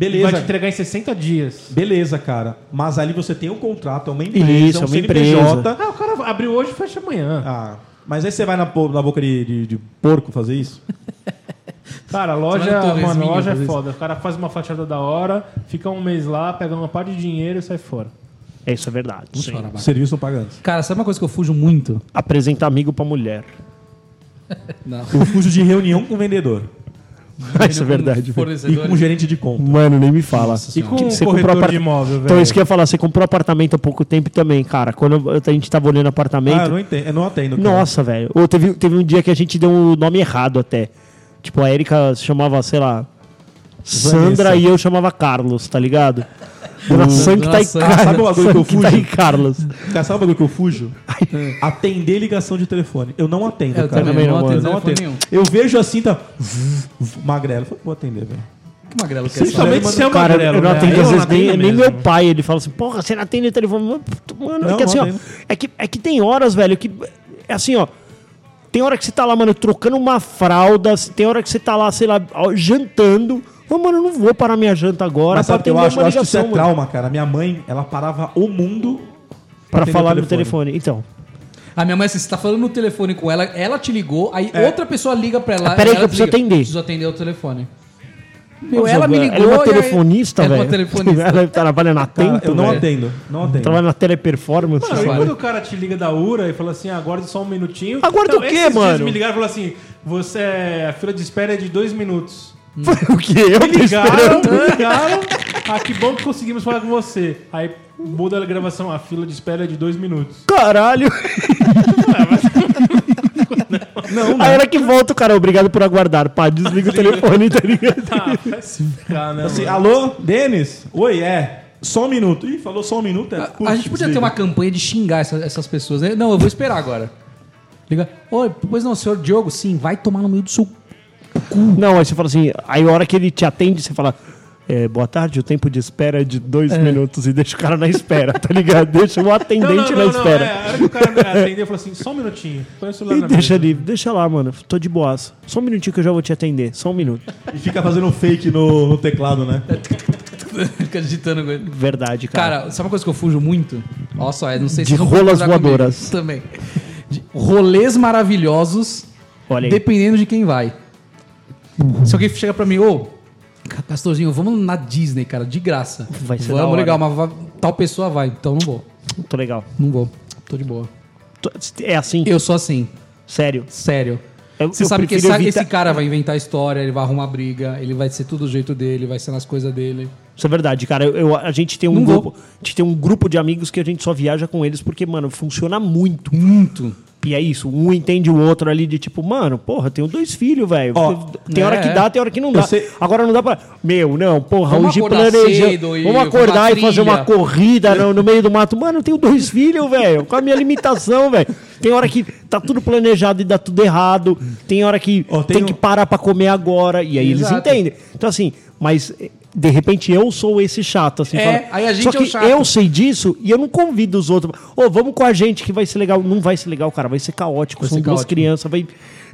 [SPEAKER 6] Ele
[SPEAKER 3] Beleza.
[SPEAKER 6] vai te entregar em 60 dias.
[SPEAKER 3] Beleza, cara. Mas ali você tem um contrato, é uma
[SPEAKER 4] Isso,
[SPEAKER 3] empresa,
[SPEAKER 4] é
[SPEAKER 3] é
[SPEAKER 4] uma
[SPEAKER 3] um CNPJ.
[SPEAKER 6] Ah, o cara abriu hoje e fecha amanhã.
[SPEAKER 3] Ah, mas aí você vai na, po- na boca de, de- de porco fazer isso?
[SPEAKER 6] Cara, a
[SPEAKER 5] Você vai
[SPEAKER 6] loja,
[SPEAKER 5] no Torres
[SPEAKER 6] mano, a
[SPEAKER 5] Minion
[SPEAKER 6] loja é
[SPEAKER 5] fazer isso.
[SPEAKER 6] foda. O cara faz uma fachada da hora, fica um mês lá, pega uma parte de dinheiro e sai fora.
[SPEAKER 4] É, isso é verdade. sim.
[SPEAKER 5] Chora, vai.
[SPEAKER 3] Serviço não paga antes.
[SPEAKER 5] Cara, sabe uma coisa que eu fujo muito?
[SPEAKER 4] Apresenta amigo pra mulher.
[SPEAKER 5] Não.
[SPEAKER 3] Eu fujo de reunião com vendedor
[SPEAKER 4] isso é verdade. velho.
[SPEAKER 3] e com gerente de compra.
[SPEAKER 4] Mano, nem me fala.
[SPEAKER 3] E com
[SPEAKER 4] Que
[SPEAKER 3] o
[SPEAKER 4] você
[SPEAKER 3] corretor
[SPEAKER 4] comprou apart-
[SPEAKER 3] de imóvel, velho.
[SPEAKER 4] Então, isso que eu ia falar, você comprou apartamento há pouco tempo também, cara. Quando eu- a gente tava olhando apartamento.
[SPEAKER 3] Ah, eu não entendo. Eu não atendo. cara.
[SPEAKER 4] Nossa, velho. Ou teve, teve um dia que a gente deu o nome errado até. Tipo, a Erika se chamava, sei lá, Sandra
[SPEAKER 3] Vanessa.
[SPEAKER 4] e eu chamava Carlos, tá ligado? Dona Santa tá
[SPEAKER 5] Dona
[SPEAKER 4] e
[SPEAKER 5] Santa.
[SPEAKER 4] Carlos.
[SPEAKER 3] Sabe o bagulho que eu
[SPEAKER 4] Santa
[SPEAKER 3] fujo?
[SPEAKER 4] e Carlos.
[SPEAKER 3] Cara, sabe o bagulho que eu fujo? Atender ligação de telefone. Eu não atendo,
[SPEAKER 5] Eu
[SPEAKER 3] cara.
[SPEAKER 5] também não
[SPEAKER 3] eu
[SPEAKER 5] atendo
[SPEAKER 3] não
[SPEAKER 5] telefone
[SPEAKER 3] atendo.
[SPEAKER 5] nenhum.
[SPEAKER 3] Eu vejo assim, tá. Vuf, vuf, Magrelo. Eu falo, Vou atender, velho.
[SPEAKER 5] Que magrelo que é essa?
[SPEAKER 6] Principalmente
[SPEAKER 3] Ele
[SPEAKER 6] se é uma
[SPEAKER 4] Cara, eu não atendi, às
[SPEAKER 3] né? Eu não
[SPEAKER 4] vezes, nem,
[SPEAKER 3] atendo
[SPEAKER 4] nem meu
[SPEAKER 6] mesmo.
[SPEAKER 4] pai. Ele fala assim, porra, você não atende o telefone. Mano, puto, Mano, é
[SPEAKER 3] Não,
[SPEAKER 4] que assim,
[SPEAKER 3] não
[SPEAKER 4] ó,
[SPEAKER 3] atendo.
[SPEAKER 4] é que, é que tem horas, velho, que... É assim, ó. Tem hora que você tá lá, mano, trocando uma fralda. Tem hora que você tá lá, sei lá, ó, jantando. Ô, mano, eu não vou parar minha janta agora
[SPEAKER 3] Mas
[SPEAKER 4] pra
[SPEAKER 3] sabe o que eu
[SPEAKER 4] atender
[SPEAKER 3] acho?
[SPEAKER 4] uma
[SPEAKER 3] Eu acho que isso é
[SPEAKER 4] ligação, mano.
[SPEAKER 3] trauma, cara. Minha mãe, ela parava o mundo
[SPEAKER 4] Pra
[SPEAKER 3] atender
[SPEAKER 4] falar
[SPEAKER 3] o
[SPEAKER 4] no telefone. Então.
[SPEAKER 5] A minha mãe, assim, você tá falando no telefone com ela, ela te ligou, aí
[SPEAKER 3] É.
[SPEAKER 5] outra pessoa liga pra ela.
[SPEAKER 4] Ah, peraí
[SPEAKER 5] ela
[SPEAKER 4] que eu preciso
[SPEAKER 5] desliga.
[SPEAKER 4] atender.
[SPEAKER 5] Preciso atender o telefone. Meu,
[SPEAKER 4] Nossa,
[SPEAKER 5] ela me
[SPEAKER 4] velho,
[SPEAKER 5] ligou.
[SPEAKER 4] Ela é uma
[SPEAKER 5] e aí-
[SPEAKER 4] telefonista, velho.
[SPEAKER 5] Ela é uma telefonista.
[SPEAKER 4] Ela trabalha na
[SPEAKER 3] Cara,
[SPEAKER 4] Tento,
[SPEAKER 3] eu não
[SPEAKER 4] velho. Então,
[SPEAKER 3] atendo. Não atendo.
[SPEAKER 4] Trabalha na teleperformance.
[SPEAKER 6] Mano, e
[SPEAKER 4] velho.
[SPEAKER 6] quando o cara te liga da URA e fala assim, ah, aguarde só um minutinho.
[SPEAKER 4] Aguarda o quê,
[SPEAKER 6] esses dias
[SPEAKER 4] mano?
[SPEAKER 6] me ligaram e falaram assim, você, é- a fila de espera é de dois minutos.
[SPEAKER 4] Foi o que eu
[SPEAKER 3] Tá
[SPEAKER 4] tô
[SPEAKER 6] Ligaram,
[SPEAKER 4] esperando.
[SPEAKER 6] ligaram. Ah, que bom que conseguimos falar com você. Aí muda a gravação, a fila de espera é de dois minutos.
[SPEAKER 4] Caralho.
[SPEAKER 3] Não,
[SPEAKER 4] A hora que volta, o cara, obrigado por aguardar. Pá, desliga o telefone, tá ligado?
[SPEAKER 6] Ah, vai se ficar, né?
[SPEAKER 3] Assim,
[SPEAKER 6] mano?
[SPEAKER 3] alô, Denis? Oi, é. Só um minuto. Ih, falou só um minuto. É.
[SPEAKER 5] A, a
[SPEAKER 3] Putz,
[SPEAKER 5] gente podia ter
[SPEAKER 3] desliga.
[SPEAKER 5] uma campanha de xingar essa- essas pessoas, né? Não, eu vou esperar agora. Liga. Oi, pois não, senhor Diogo? Sim, vai tomar no meio do seu.
[SPEAKER 4] Não, aí você fala assim, aí a hora que ele te atende, você fala. é, boa tarde, o tempo de espera é de dois minutos e deixa o cara na espera, tá ligado? Deixa o
[SPEAKER 6] Não, não, não,
[SPEAKER 4] atendente na
[SPEAKER 6] não,
[SPEAKER 4] espera.
[SPEAKER 6] é, a hora que o cara me atendeu, falou assim, só um minutinho. Põe o celular
[SPEAKER 4] E
[SPEAKER 6] na
[SPEAKER 4] deixa
[SPEAKER 6] mesa.
[SPEAKER 4] ali, deixa lá, mano. Tô de boas. Só um minutinho que eu já vou te atender. Só um minuto.
[SPEAKER 3] E fica fazendo fake no, no teclado, né?
[SPEAKER 5] É. Fica digitando. coisa.
[SPEAKER 4] Verdade, cara.
[SPEAKER 5] Cara, sabe uma coisa que eu fujo muito? Olha só, é, não sei
[SPEAKER 4] De
[SPEAKER 5] vocês vão
[SPEAKER 4] rolas
[SPEAKER 5] concordar comigo.
[SPEAKER 4] voadoras.
[SPEAKER 5] Também. De rolês maravilhosos,
[SPEAKER 4] Olha aí.
[SPEAKER 5] dependendo de quem vai. Se alguém chega pra mim, ô, Ca- Castorzinho, vamos na Disney, cara, de graça.
[SPEAKER 4] Vai ser da
[SPEAKER 5] Vamos,
[SPEAKER 4] hora.
[SPEAKER 5] legal, mas va- tal pessoa vai, então não vou.
[SPEAKER 4] Tô legal.
[SPEAKER 5] Não vou. Tô de boa.
[SPEAKER 4] Tô- É assim,
[SPEAKER 5] Eu sou assim,
[SPEAKER 4] sério.
[SPEAKER 5] sério.
[SPEAKER 4] Eu-
[SPEAKER 5] Você
[SPEAKER 4] eu
[SPEAKER 5] sabe que
[SPEAKER 4] prefiro
[SPEAKER 5] essa-
[SPEAKER 4] evitar-
[SPEAKER 5] esse cara vai inventar história, ele vai arrumar briga, ele vai ser tudo do jeito dele, vai ser nas coisas dele.
[SPEAKER 4] Isso é verdade, cara. Eu- eu- a gente tem um
[SPEAKER 5] Não vou.
[SPEAKER 4] grupo, a gente tem um grupo de amigos que a gente só viaja com eles porque, mano, funciona muito.
[SPEAKER 5] Muito.
[SPEAKER 4] E é isso, um entende o outro ali de tipo, mano, porra, tenho dois filhos, velho.
[SPEAKER 3] Ó,
[SPEAKER 4] tem hora
[SPEAKER 5] é,
[SPEAKER 4] que
[SPEAKER 5] é.
[SPEAKER 4] dá, tem hora que não dá.
[SPEAKER 3] sei-
[SPEAKER 4] Agora não dá pra. Meu, não, porra,
[SPEAKER 5] Vamos
[SPEAKER 4] hoje
[SPEAKER 5] acordar
[SPEAKER 4] planeja.
[SPEAKER 5] cedo e
[SPEAKER 4] Vamos
[SPEAKER 5] arrumar
[SPEAKER 4] acordar e
[SPEAKER 5] trilha.
[SPEAKER 4] fazer uma corrida no, no meio do mato. Mano, eu tenho dois filhos, velho. Com a minha limitação, velho. Tem hora que tá tudo planejado e dá tudo errado. Tem hora que
[SPEAKER 3] Ó,
[SPEAKER 4] tem,
[SPEAKER 3] tem
[SPEAKER 4] que
[SPEAKER 3] um-
[SPEAKER 4] parar pra comer agora. E aí eles
[SPEAKER 5] Exato.
[SPEAKER 4] entendem. Então, assim, mas. eh, de repente eu sou esse chato, assim.
[SPEAKER 5] É, aí a gente
[SPEAKER 4] Só
[SPEAKER 5] é
[SPEAKER 4] que
[SPEAKER 5] o chato."
[SPEAKER 4] eu sei disso e eu não convido os outros. Ô, vamos com a gente que vai ser legal. Não vai ser legal, cara, vai ser caótico.
[SPEAKER 5] Vai
[SPEAKER 4] São
[SPEAKER 5] ser
[SPEAKER 4] duas
[SPEAKER 5] caótico.
[SPEAKER 4] crianças, vai...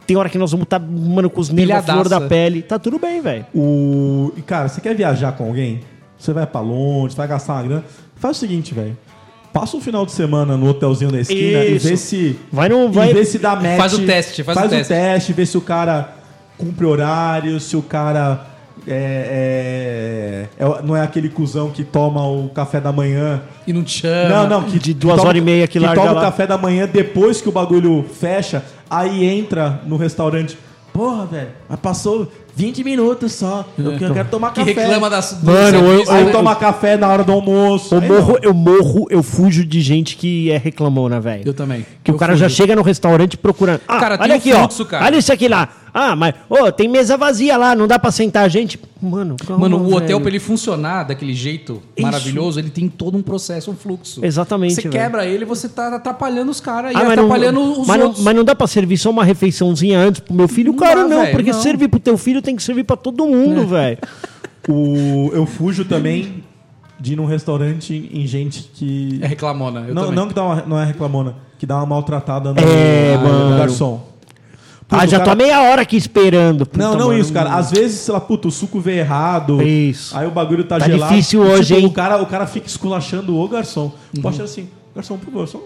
[SPEAKER 4] Tem hora que nós vamos estar, mano, com os nervos à flor
[SPEAKER 5] Pilhadaça.
[SPEAKER 4] da pele. Tá tudo bem, velho.
[SPEAKER 3] O... E, cara, você quer viajar com alguém? Você vai pra longe, vai gastar uma grana. Faz o seguinte, velho. Passa um final de semana no hotelzinho da esquina
[SPEAKER 4] Isso.
[SPEAKER 3] e vê se.
[SPEAKER 4] Vai no- vai-
[SPEAKER 3] E vê se dá match.
[SPEAKER 5] Faz o teste, faz o teste.
[SPEAKER 3] vê se o cara cumpre horário, se o cara. É, é- é- não é aquele cuzão que toma o café da manhã.
[SPEAKER 5] E não te chama.
[SPEAKER 3] Não, não, que
[SPEAKER 4] de
[SPEAKER 3] que
[SPEAKER 4] duas
[SPEAKER 3] toma-
[SPEAKER 4] horas e meia que larga
[SPEAKER 3] toma
[SPEAKER 4] lá.
[SPEAKER 3] o café da manhã depois que o bagulho fecha, aí entra no restaurante. Porra, velho, mas passou 20 minutos só. Eu, eu quero tomar
[SPEAKER 5] Que
[SPEAKER 3] café.
[SPEAKER 5] reclama das. do
[SPEAKER 4] Mano, eu-
[SPEAKER 5] serviço,
[SPEAKER 3] Aí
[SPEAKER 5] né?
[SPEAKER 3] toma café na hora do almoço.
[SPEAKER 4] Eu
[SPEAKER 3] Aí
[SPEAKER 4] morro, eu morro, eu fujo de gente que é reclamona, velho.
[SPEAKER 5] Eu também.
[SPEAKER 4] Que o
[SPEAKER 5] Eu
[SPEAKER 4] cara
[SPEAKER 5] fujo.
[SPEAKER 4] já chega no restaurante procurando. Ah,
[SPEAKER 5] Cara, tem
[SPEAKER 4] olha
[SPEAKER 5] um
[SPEAKER 4] aqui,
[SPEAKER 5] fluxo,
[SPEAKER 4] ó.
[SPEAKER 5] cara.
[SPEAKER 4] Olha isso aqui lá. Ah, mas, ô, tem mesa vazia lá, não dá pra sentar a gente. Mano, calma,
[SPEAKER 5] Mano, o hotel,
[SPEAKER 4] velho.
[SPEAKER 5] pra ele funcionar daquele jeito
[SPEAKER 4] Isso.
[SPEAKER 5] maravilhoso, ele tem todo um processo, um fluxo.
[SPEAKER 4] Exatamente,
[SPEAKER 5] Você
[SPEAKER 4] velho.
[SPEAKER 5] quebra ele, você tá atrapalhando os caras
[SPEAKER 4] Ah,
[SPEAKER 5] e
[SPEAKER 4] mas não,
[SPEAKER 5] atrapalhando os
[SPEAKER 4] mas,
[SPEAKER 5] outros.
[SPEAKER 4] não, mas não dá pra servir só uma refeiçãozinha antes pro meu filho?
[SPEAKER 5] Não
[SPEAKER 4] claro,
[SPEAKER 5] dá,
[SPEAKER 4] não,
[SPEAKER 5] velho,
[SPEAKER 4] porque
[SPEAKER 5] não. É.
[SPEAKER 4] servir pro teu filho tem que servir pra todo mundo, velho.
[SPEAKER 3] O, eu fujo também de ir num restaurante em gente que.
[SPEAKER 5] É reclamona. Eu
[SPEAKER 3] não,
[SPEAKER 5] também.
[SPEAKER 3] não que dá uma- não é reclamona, que dá uma maltratada no,
[SPEAKER 4] É,
[SPEAKER 3] no
[SPEAKER 4] mano.
[SPEAKER 3] garçom. Puta,
[SPEAKER 4] Ah,
[SPEAKER 3] o
[SPEAKER 4] já
[SPEAKER 3] cara-
[SPEAKER 4] tô meia hora aqui esperando. Puta,
[SPEAKER 3] Não, não
[SPEAKER 4] mano.
[SPEAKER 3] isso, cara. Às vezes, sei lá, puta, o suco veio errado.
[SPEAKER 4] Isso.
[SPEAKER 3] Aí o bagulho tá,
[SPEAKER 4] Tá
[SPEAKER 3] gelado.
[SPEAKER 4] difícil hoje, hein? Uhum.
[SPEAKER 3] O cara, o cara fica esculachando o garçom. Pode ser assim, garçom, por favor, só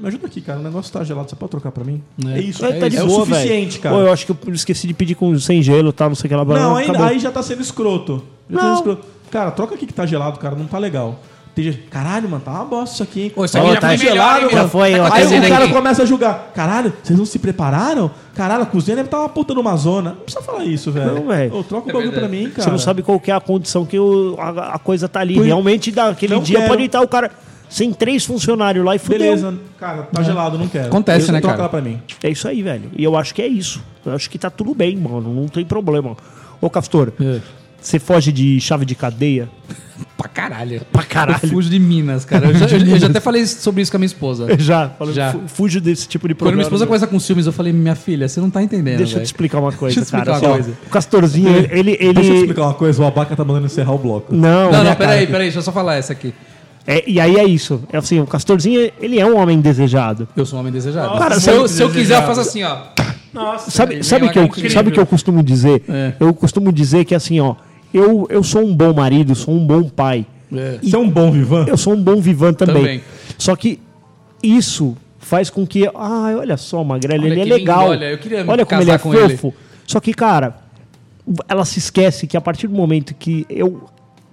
[SPEAKER 3] me ajuda aqui, cara. O negócio tá gelado, você pode trocar pra mim?
[SPEAKER 5] É.
[SPEAKER 3] É, isso,
[SPEAKER 4] Tá
[SPEAKER 3] é,
[SPEAKER 4] de
[SPEAKER 3] isso. É
[SPEAKER 4] boa,
[SPEAKER 3] o suficiente,
[SPEAKER 4] velho.
[SPEAKER 3] cara.
[SPEAKER 4] Pô, eu acho que eu esqueci de pedir com sem gelo, tá? Não sei o que lá.
[SPEAKER 3] Não, aí,
[SPEAKER 4] acabou.
[SPEAKER 3] aí já tá sendo escroto. Já tá
[SPEAKER 4] Não.
[SPEAKER 3] sendo escroto. Cara, troca aqui que tá gelado, cara. Não tá legal. Tem gente, caralho, mano, tá uma bosta isso aqui, hein?
[SPEAKER 5] Ô, isso aqui
[SPEAKER 4] Ô,
[SPEAKER 5] já
[SPEAKER 4] tá
[SPEAKER 5] foi melhor,
[SPEAKER 4] gelado,
[SPEAKER 5] hein, meu?
[SPEAKER 4] já foi, ó.
[SPEAKER 3] Aí
[SPEAKER 5] acontecendo
[SPEAKER 3] o cara
[SPEAKER 5] aqui.
[SPEAKER 3] começa a julgar. Caralho, vocês não se prepararam? Caralho, a cozinha deve estar uma puta numa zona. Não precisa falar isso, velho.
[SPEAKER 4] Não, velho.
[SPEAKER 3] Ô, Troca o bagulho pra mim, cara.
[SPEAKER 4] Você não sabe qual que é a condição que o- a, a coisa tá ali.
[SPEAKER 3] Pois-
[SPEAKER 4] Realmente, daquele
[SPEAKER 3] Não
[SPEAKER 4] dia
[SPEAKER 3] quero.
[SPEAKER 4] pode estar o cara sem três funcionários lá e fudeu.
[SPEAKER 3] Beleza, cara, tá gelado, não quero.
[SPEAKER 5] Acontece,
[SPEAKER 3] Beleza,
[SPEAKER 5] né,
[SPEAKER 3] troca
[SPEAKER 5] cara?
[SPEAKER 3] lá pra mim.
[SPEAKER 4] É isso aí, velho. E eu acho que é isso. Eu acho que tá tudo bem, mano. Não tem problema. Ô, Castor,
[SPEAKER 5] É.
[SPEAKER 4] você foge de chave de cadeia?
[SPEAKER 5] Pra caralho.
[SPEAKER 4] Pra
[SPEAKER 5] Eu
[SPEAKER 4] caralho.
[SPEAKER 5] fujo de Minas, cara. Eu já, eu já- eu já até falei sobre isso com a minha esposa.
[SPEAKER 4] Eu já, falando,
[SPEAKER 5] Já.
[SPEAKER 4] fu- fujo desse tipo de
[SPEAKER 5] Quando
[SPEAKER 4] problema.
[SPEAKER 5] minha esposa
[SPEAKER 4] velho.
[SPEAKER 5] começa com ciúmes, eu falei, minha filha, você não tá entendendo,
[SPEAKER 4] Deixa eu te
[SPEAKER 5] velho.
[SPEAKER 4] explicar uma coisa,
[SPEAKER 5] Deixa eu te
[SPEAKER 4] cara.
[SPEAKER 5] explicar uma
[SPEAKER 4] Ó,
[SPEAKER 5] coisa.
[SPEAKER 4] O Castorzinho, ele... ele
[SPEAKER 3] Deixa eu te explicar uma coisa, o Abaca tá mandando encerrar o bloco.
[SPEAKER 4] Não,
[SPEAKER 5] Não,
[SPEAKER 4] né,
[SPEAKER 5] não, peraí,
[SPEAKER 4] cara?
[SPEAKER 5] peraí, deixa eu só falar essa aqui.
[SPEAKER 4] É, e aí é isso. É assim, o Castorzinho, ele é um homem desejado.
[SPEAKER 5] Eu sou um homem desejado.
[SPEAKER 4] Cara,
[SPEAKER 5] se,
[SPEAKER 4] você é
[SPEAKER 5] eu,
[SPEAKER 4] muito
[SPEAKER 5] se eu quiser, eu faço assim, ó.
[SPEAKER 6] Nossa,
[SPEAKER 4] Sabe,
[SPEAKER 5] Ele
[SPEAKER 4] sabe,
[SPEAKER 5] é
[SPEAKER 4] que eu,
[SPEAKER 5] incrível.
[SPEAKER 4] sabe que eu costumo dizer?
[SPEAKER 5] É.
[SPEAKER 4] Eu costumo dizer que assim, ó, eu, eu sou um bom marido, sou um bom pai.
[SPEAKER 5] É.
[SPEAKER 3] Você é um bom vivan?
[SPEAKER 4] Eu sou um bom vivan também.
[SPEAKER 5] Também.
[SPEAKER 4] Só que isso faz com que. Ah, olha só, Magrela,
[SPEAKER 5] Olha
[SPEAKER 4] ele é
[SPEAKER 5] que lindo,
[SPEAKER 4] legal.
[SPEAKER 5] olha, eu queria me
[SPEAKER 4] Olha como
[SPEAKER 5] casar
[SPEAKER 4] ele é
[SPEAKER 5] com
[SPEAKER 4] fofo. Só que, cara, ela se esquece que a partir do momento que eu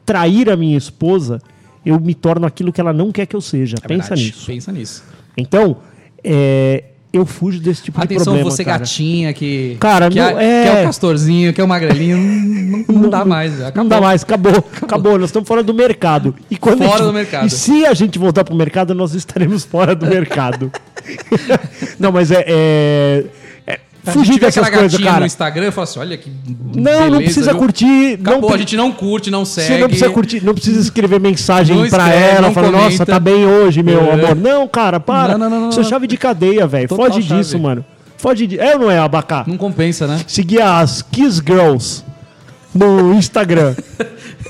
[SPEAKER 4] trair a minha esposa, eu me torno aquilo que ela não quer que eu seja.
[SPEAKER 5] É
[SPEAKER 4] Pensa
[SPEAKER 5] verdade,
[SPEAKER 4] nisso.
[SPEAKER 5] Pensa nisso.
[SPEAKER 4] Então, é, eu fujo desse tipo de
[SPEAKER 5] Atenção,
[SPEAKER 4] problema.
[SPEAKER 5] você
[SPEAKER 4] cara.
[SPEAKER 5] gatinha que.
[SPEAKER 4] Cara,
[SPEAKER 5] que,
[SPEAKER 4] não-
[SPEAKER 5] a-
[SPEAKER 4] é.
[SPEAKER 5] que é o castorzinho, que é o magrelinho. Não, não dá mais. já
[SPEAKER 4] Não
[SPEAKER 5] acabou.
[SPEAKER 4] dá mais, acabou, acabou, Nós estamos fora do mercado. E quando
[SPEAKER 5] Fora
[SPEAKER 4] a gente-
[SPEAKER 5] do mercado.
[SPEAKER 4] E se a gente voltar pro mercado, nós estaremos fora do mercado. não, mas é. é, é
[SPEAKER 5] Se
[SPEAKER 4] fugir
[SPEAKER 5] tiver
[SPEAKER 4] dessas
[SPEAKER 5] aquela
[SPEAKER 4] coisas,
[SPEAKER 5] gatinha
[SPEAKER 4] cara.
[SPEAKER 5] no Instagram, eu falo assim, olha que.
[SPEAKER 4] Não, não
[SPEAKER 5] beleza,
[SPEAKER 4] precisa
[SPEAKER 5] viu?
[SPEAKER 4] curtir.
[SPEAKER 5] Acabou,
[SPEAKER 4] não,
[SPEAKER 5] a gente não curte, não
[SPEAKER 4] você
[SPEAKER 5] segue.
[SPEAKER 4] não precisa curtir, não precisa escrever mensagem
[SPEAKER 5] Não
[SPEAKER 4] pra
[SPEAKER 5] escreve,
[SPEAKER 4] ela,
[SPEAKER 5] não
[SPEAKER 4] falando,
[SPEAKER 5] comenta.
[SPEAKER 4] nossa, tá bem hoje, meu
[SPEAKER 5] É.
[SPEAKER 4] amor. Não, cara, para.
[SPEAKER 5] Não, não, não, não,
[SPEAKER 4] Isso é
[SPEAKER 5] não.
[SPEAKER 4] chave de cadeia, velho.
[SPEAKER 5] Total
[SPEAKER 4] Foge
[SPEAKER 5] chave.
[SPEAKER 4] disso, mano. Foge disso. É ou não é, abacá?
[SPEAKER 5] Não compensa, né?
[SPEAKER 4] Seguir as Kiss Girls no Instagram.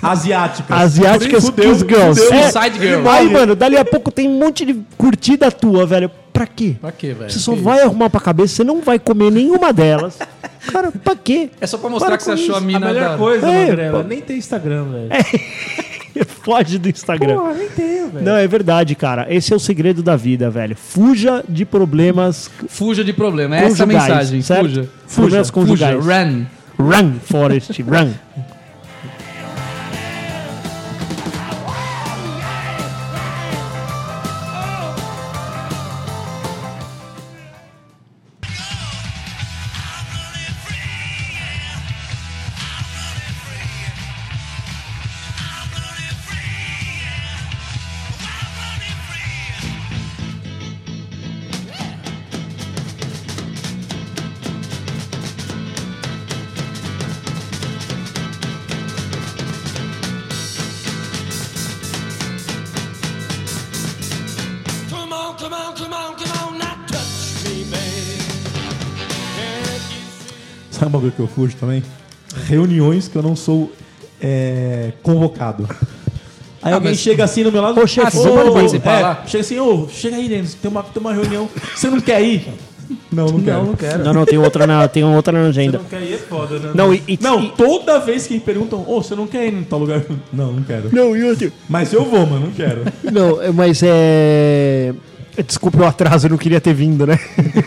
[SPEAKER 3] Asiáticas.
[SPEAKER 4] Asiáticas
[SPEAKER 3] Fudeu,
[SPEAKER 4] Kiss Girls.
[SPEAKER 3] fudeu.
[SPEAKER 4] É,
[SPEAKER 5] Side girl.
[SPEAKER 4] Aí, mano, dali a pouco tem um monte de curtida tua, velho. Pra quê?
[SPEAKER 5] Pra quê, velho?
[SPEAKER 4] Você só
[SPEAKER 5] Que
[SPEAKER 4] vai arrumar pra cabeça, você não vai comer nenhuma delas. Cara, pra quê?
[SPEAKER 5] É só pra mostrar
[SPEAKER 4] Para
[SPEAKER 5] que você
[SPEAKER 4] com
[SPEAKER 5] achou
[SPEAKER 4] isso.
[SPEAKER 5] a
[SPEAKER 6] a
[SPEAKER 5] mina
[SPEAKER 6] melhor
[SPEAKER 5] da-
[SPEAKER 6] coisa,
[SPEAKER 4] É,
[SPEAKER 6] Magrela,
[SPEAKER 4] pô. É.
[SPEAKER 6] nem tem Instagram, velho.
[SPEAKER 4] Foge do Instagram.
[SPEAKER 6] Porra, nem tenho, velho.
[SPEAKER 4] não, é verdade, cara. Esse é o segredo da vida, velho. Fuja de problemas
[SPEAKER 5] Fuja de problema. Essa é a
[SPEAKER 4] conjugais,
[SPEAKER 5] mensagem.
[SPEAKER 4] certo?
[SPEAKER 5] Fuja.
[SPEAKER 4] Problemas
[SPEAKER 5] Fuja.
[SPEAKER 4] conjugais.
[SPEAKER 5] Run.
[SPEAKER 4] Run, Forest, run.
[SPEAKER 2] Come on, come on, come on, come on, now touch me, babe. Can't you see?
[SPEAKER 3] Sabe um bagulho que eu fujo também? Reuniões que eu não sou é, convocado. Aí alguém
[SPEAKER 5] mas-
[SPEAKER 3] chega assim no meu lado.
[SPEAKER 4] Ô, chefe,
[SPEAKER 3] "Ah,
[SPEAKER 5] você pode participar
[SPEAKER 3] é,
[SPEAKER 5] lá?"
[SPEAKER 3] Chega assim, ô, chega aí, Denis, tem uma, tem uma reunião. Você não quer ir? Não, não quero.
[SPEAKER 5] não quero.
[SPEAKER 4] Não, não, tem outra na, tem outra na agenda.
[SPEAKER 6] Não quer ir é foda, né?
[SPEAKER 4] Não, e, e-
[SPEAKER 3] Não,
[SPEAKER 4] e-
[SPEAKER 3] toda vez que me perguntam, ô, você não quer ir em tal lugar? Não, não quero.
[SPEAKER 4] não, e outra-
[SPEAKER 3] Mas eu vou, mano, não quero.
[SPEAKER 4] não, é, mas é. Desculpa o atraso, eu não queria ter vindo, né?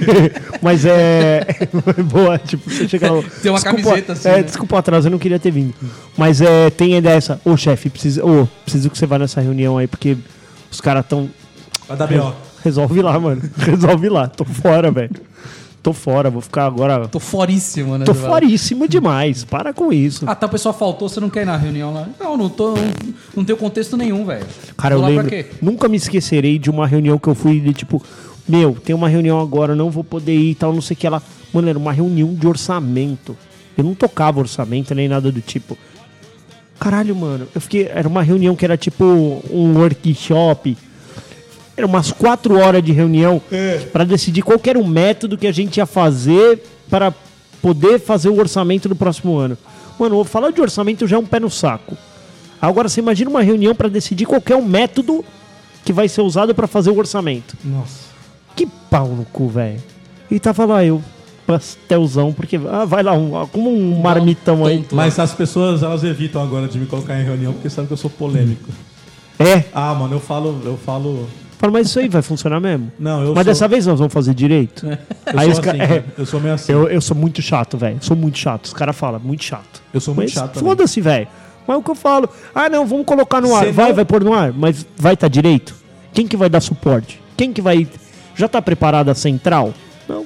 [SPEAKER 4] mas é. Boa, tipo, você chega lá.
[SPEAKER 5] Tem uma
[SPEAKER 4] desculpa,
[SPEAKER 5] camiseta assim,
[SPEAKER 4] É,
[SPEAKER 5] né?
[SPEAKER 4] desculpa o atraso, eu não queria ter vindo. Mas é, tem ainda essa. Ô, chefe, precisa, ô, preciso que você vá nessa reunião aí, porque os caras tão.
[SPEAKER 3] A da B.O.
[SPEAKER 4] Resolve lá, mano. Resolve lá. Tô fora, velho. Tô fora, vou ficar agora.
[SPEAKER 5] Tô foríssimo, né?
[SPEAKER 4] Tô
[SPEAKER 5] Zé Valer?
[SPEAKER 4] foríssimo demais. Para com isso.
[SPEAKER 5] Ah, tá, o pessoal faltou, você não quer ir na reunião lá? Não, não tô. Não, não tenho contexto nenhum, velho.
[SPEAKER 4] Cara,
[SPEAKER 5] tô
[SPEAKER 4] eu
[SPEAKER 5] lá
[SPEAKER 4] lembro.
[SPEAKER 5] pra quê?
[SPEAKER 4] Nunca me esquecerei de uma reunião que eu fui de tipo, meu, tem uma reunião agora, eu não vou poder ir e tal, não sei o que lá. Mano, era uma reunião de orçamento. Eu não tocava orçamento nem nada do tipo. Caralho, mano, eu fiquei. Era uma reunião que era tipo um workshop. Era umas quatro horas de reunião
[SPEAKER 5] É.
[SPEAKER 4] pra decidir qual que era o método que a gente ia fazer para poder fazer o orçamento do próximo ano. Mano, eu falar de orçamento já é um pé no saco. Agora você imagina uma reunião pra decidir qual que é o método que vai ser usado pra fazer o orçamento.
[SPEAKER 3] Nossa.
[SPEAKER 4] Que pau no cu, velho. E tava lá eu, pastelzão, porque ah, vai lá um, como um marmitão aí.
[SPEAKER 5] Tonto.
[SPEAKER 3] Mas as pessoas, elas evitam agora de me colocar em reunião porque sabem que eu sou polêmico.
[SPEAKER 4] É,
[SPEAKER 3] Ah, mano, eu falo, eu falo.
[SPEAKER 4] fala, mas isso aí vai funcionar mesmo.
[SPEAKER 3] Não, eu
[SPEAKER 4] mas
[SPEAKER 3] sou-
[SPEAKER 4] dessa vez nós vamos fazer direito.
[SPEAKER 3] Eu
[SPEAKER 4] Aí
[SPEAKER 3] sou
[SPEAKER 4] os
[SPEAKER 3] assim,
[SPEAKER 4] ca- é.
[SPEAKER 3] cara. Eu sou meio assim.
[SPEAKER 4] Eu, eu sou muito chato, velho. Sou muito chato. Os caras falam, muito chato.
[SPEAKER 3] Eu sou muito
[SPEAKER 4] Mas
[SPEAKER 3] chato também.
[SPEAKER 4] Foda-se, velho. Mas é o que eu falo? Ah, não, vamos colocar no ar.
[SPEAKER 3] Cê
[SPEAKER 4] Vai,
[SPEAKER 3] não-
[SPEAKER 4] vai pôr no ar, mas vai estar direito? Quem que vai dar suporte? Quem que vai. Já tá preparada a central? Não.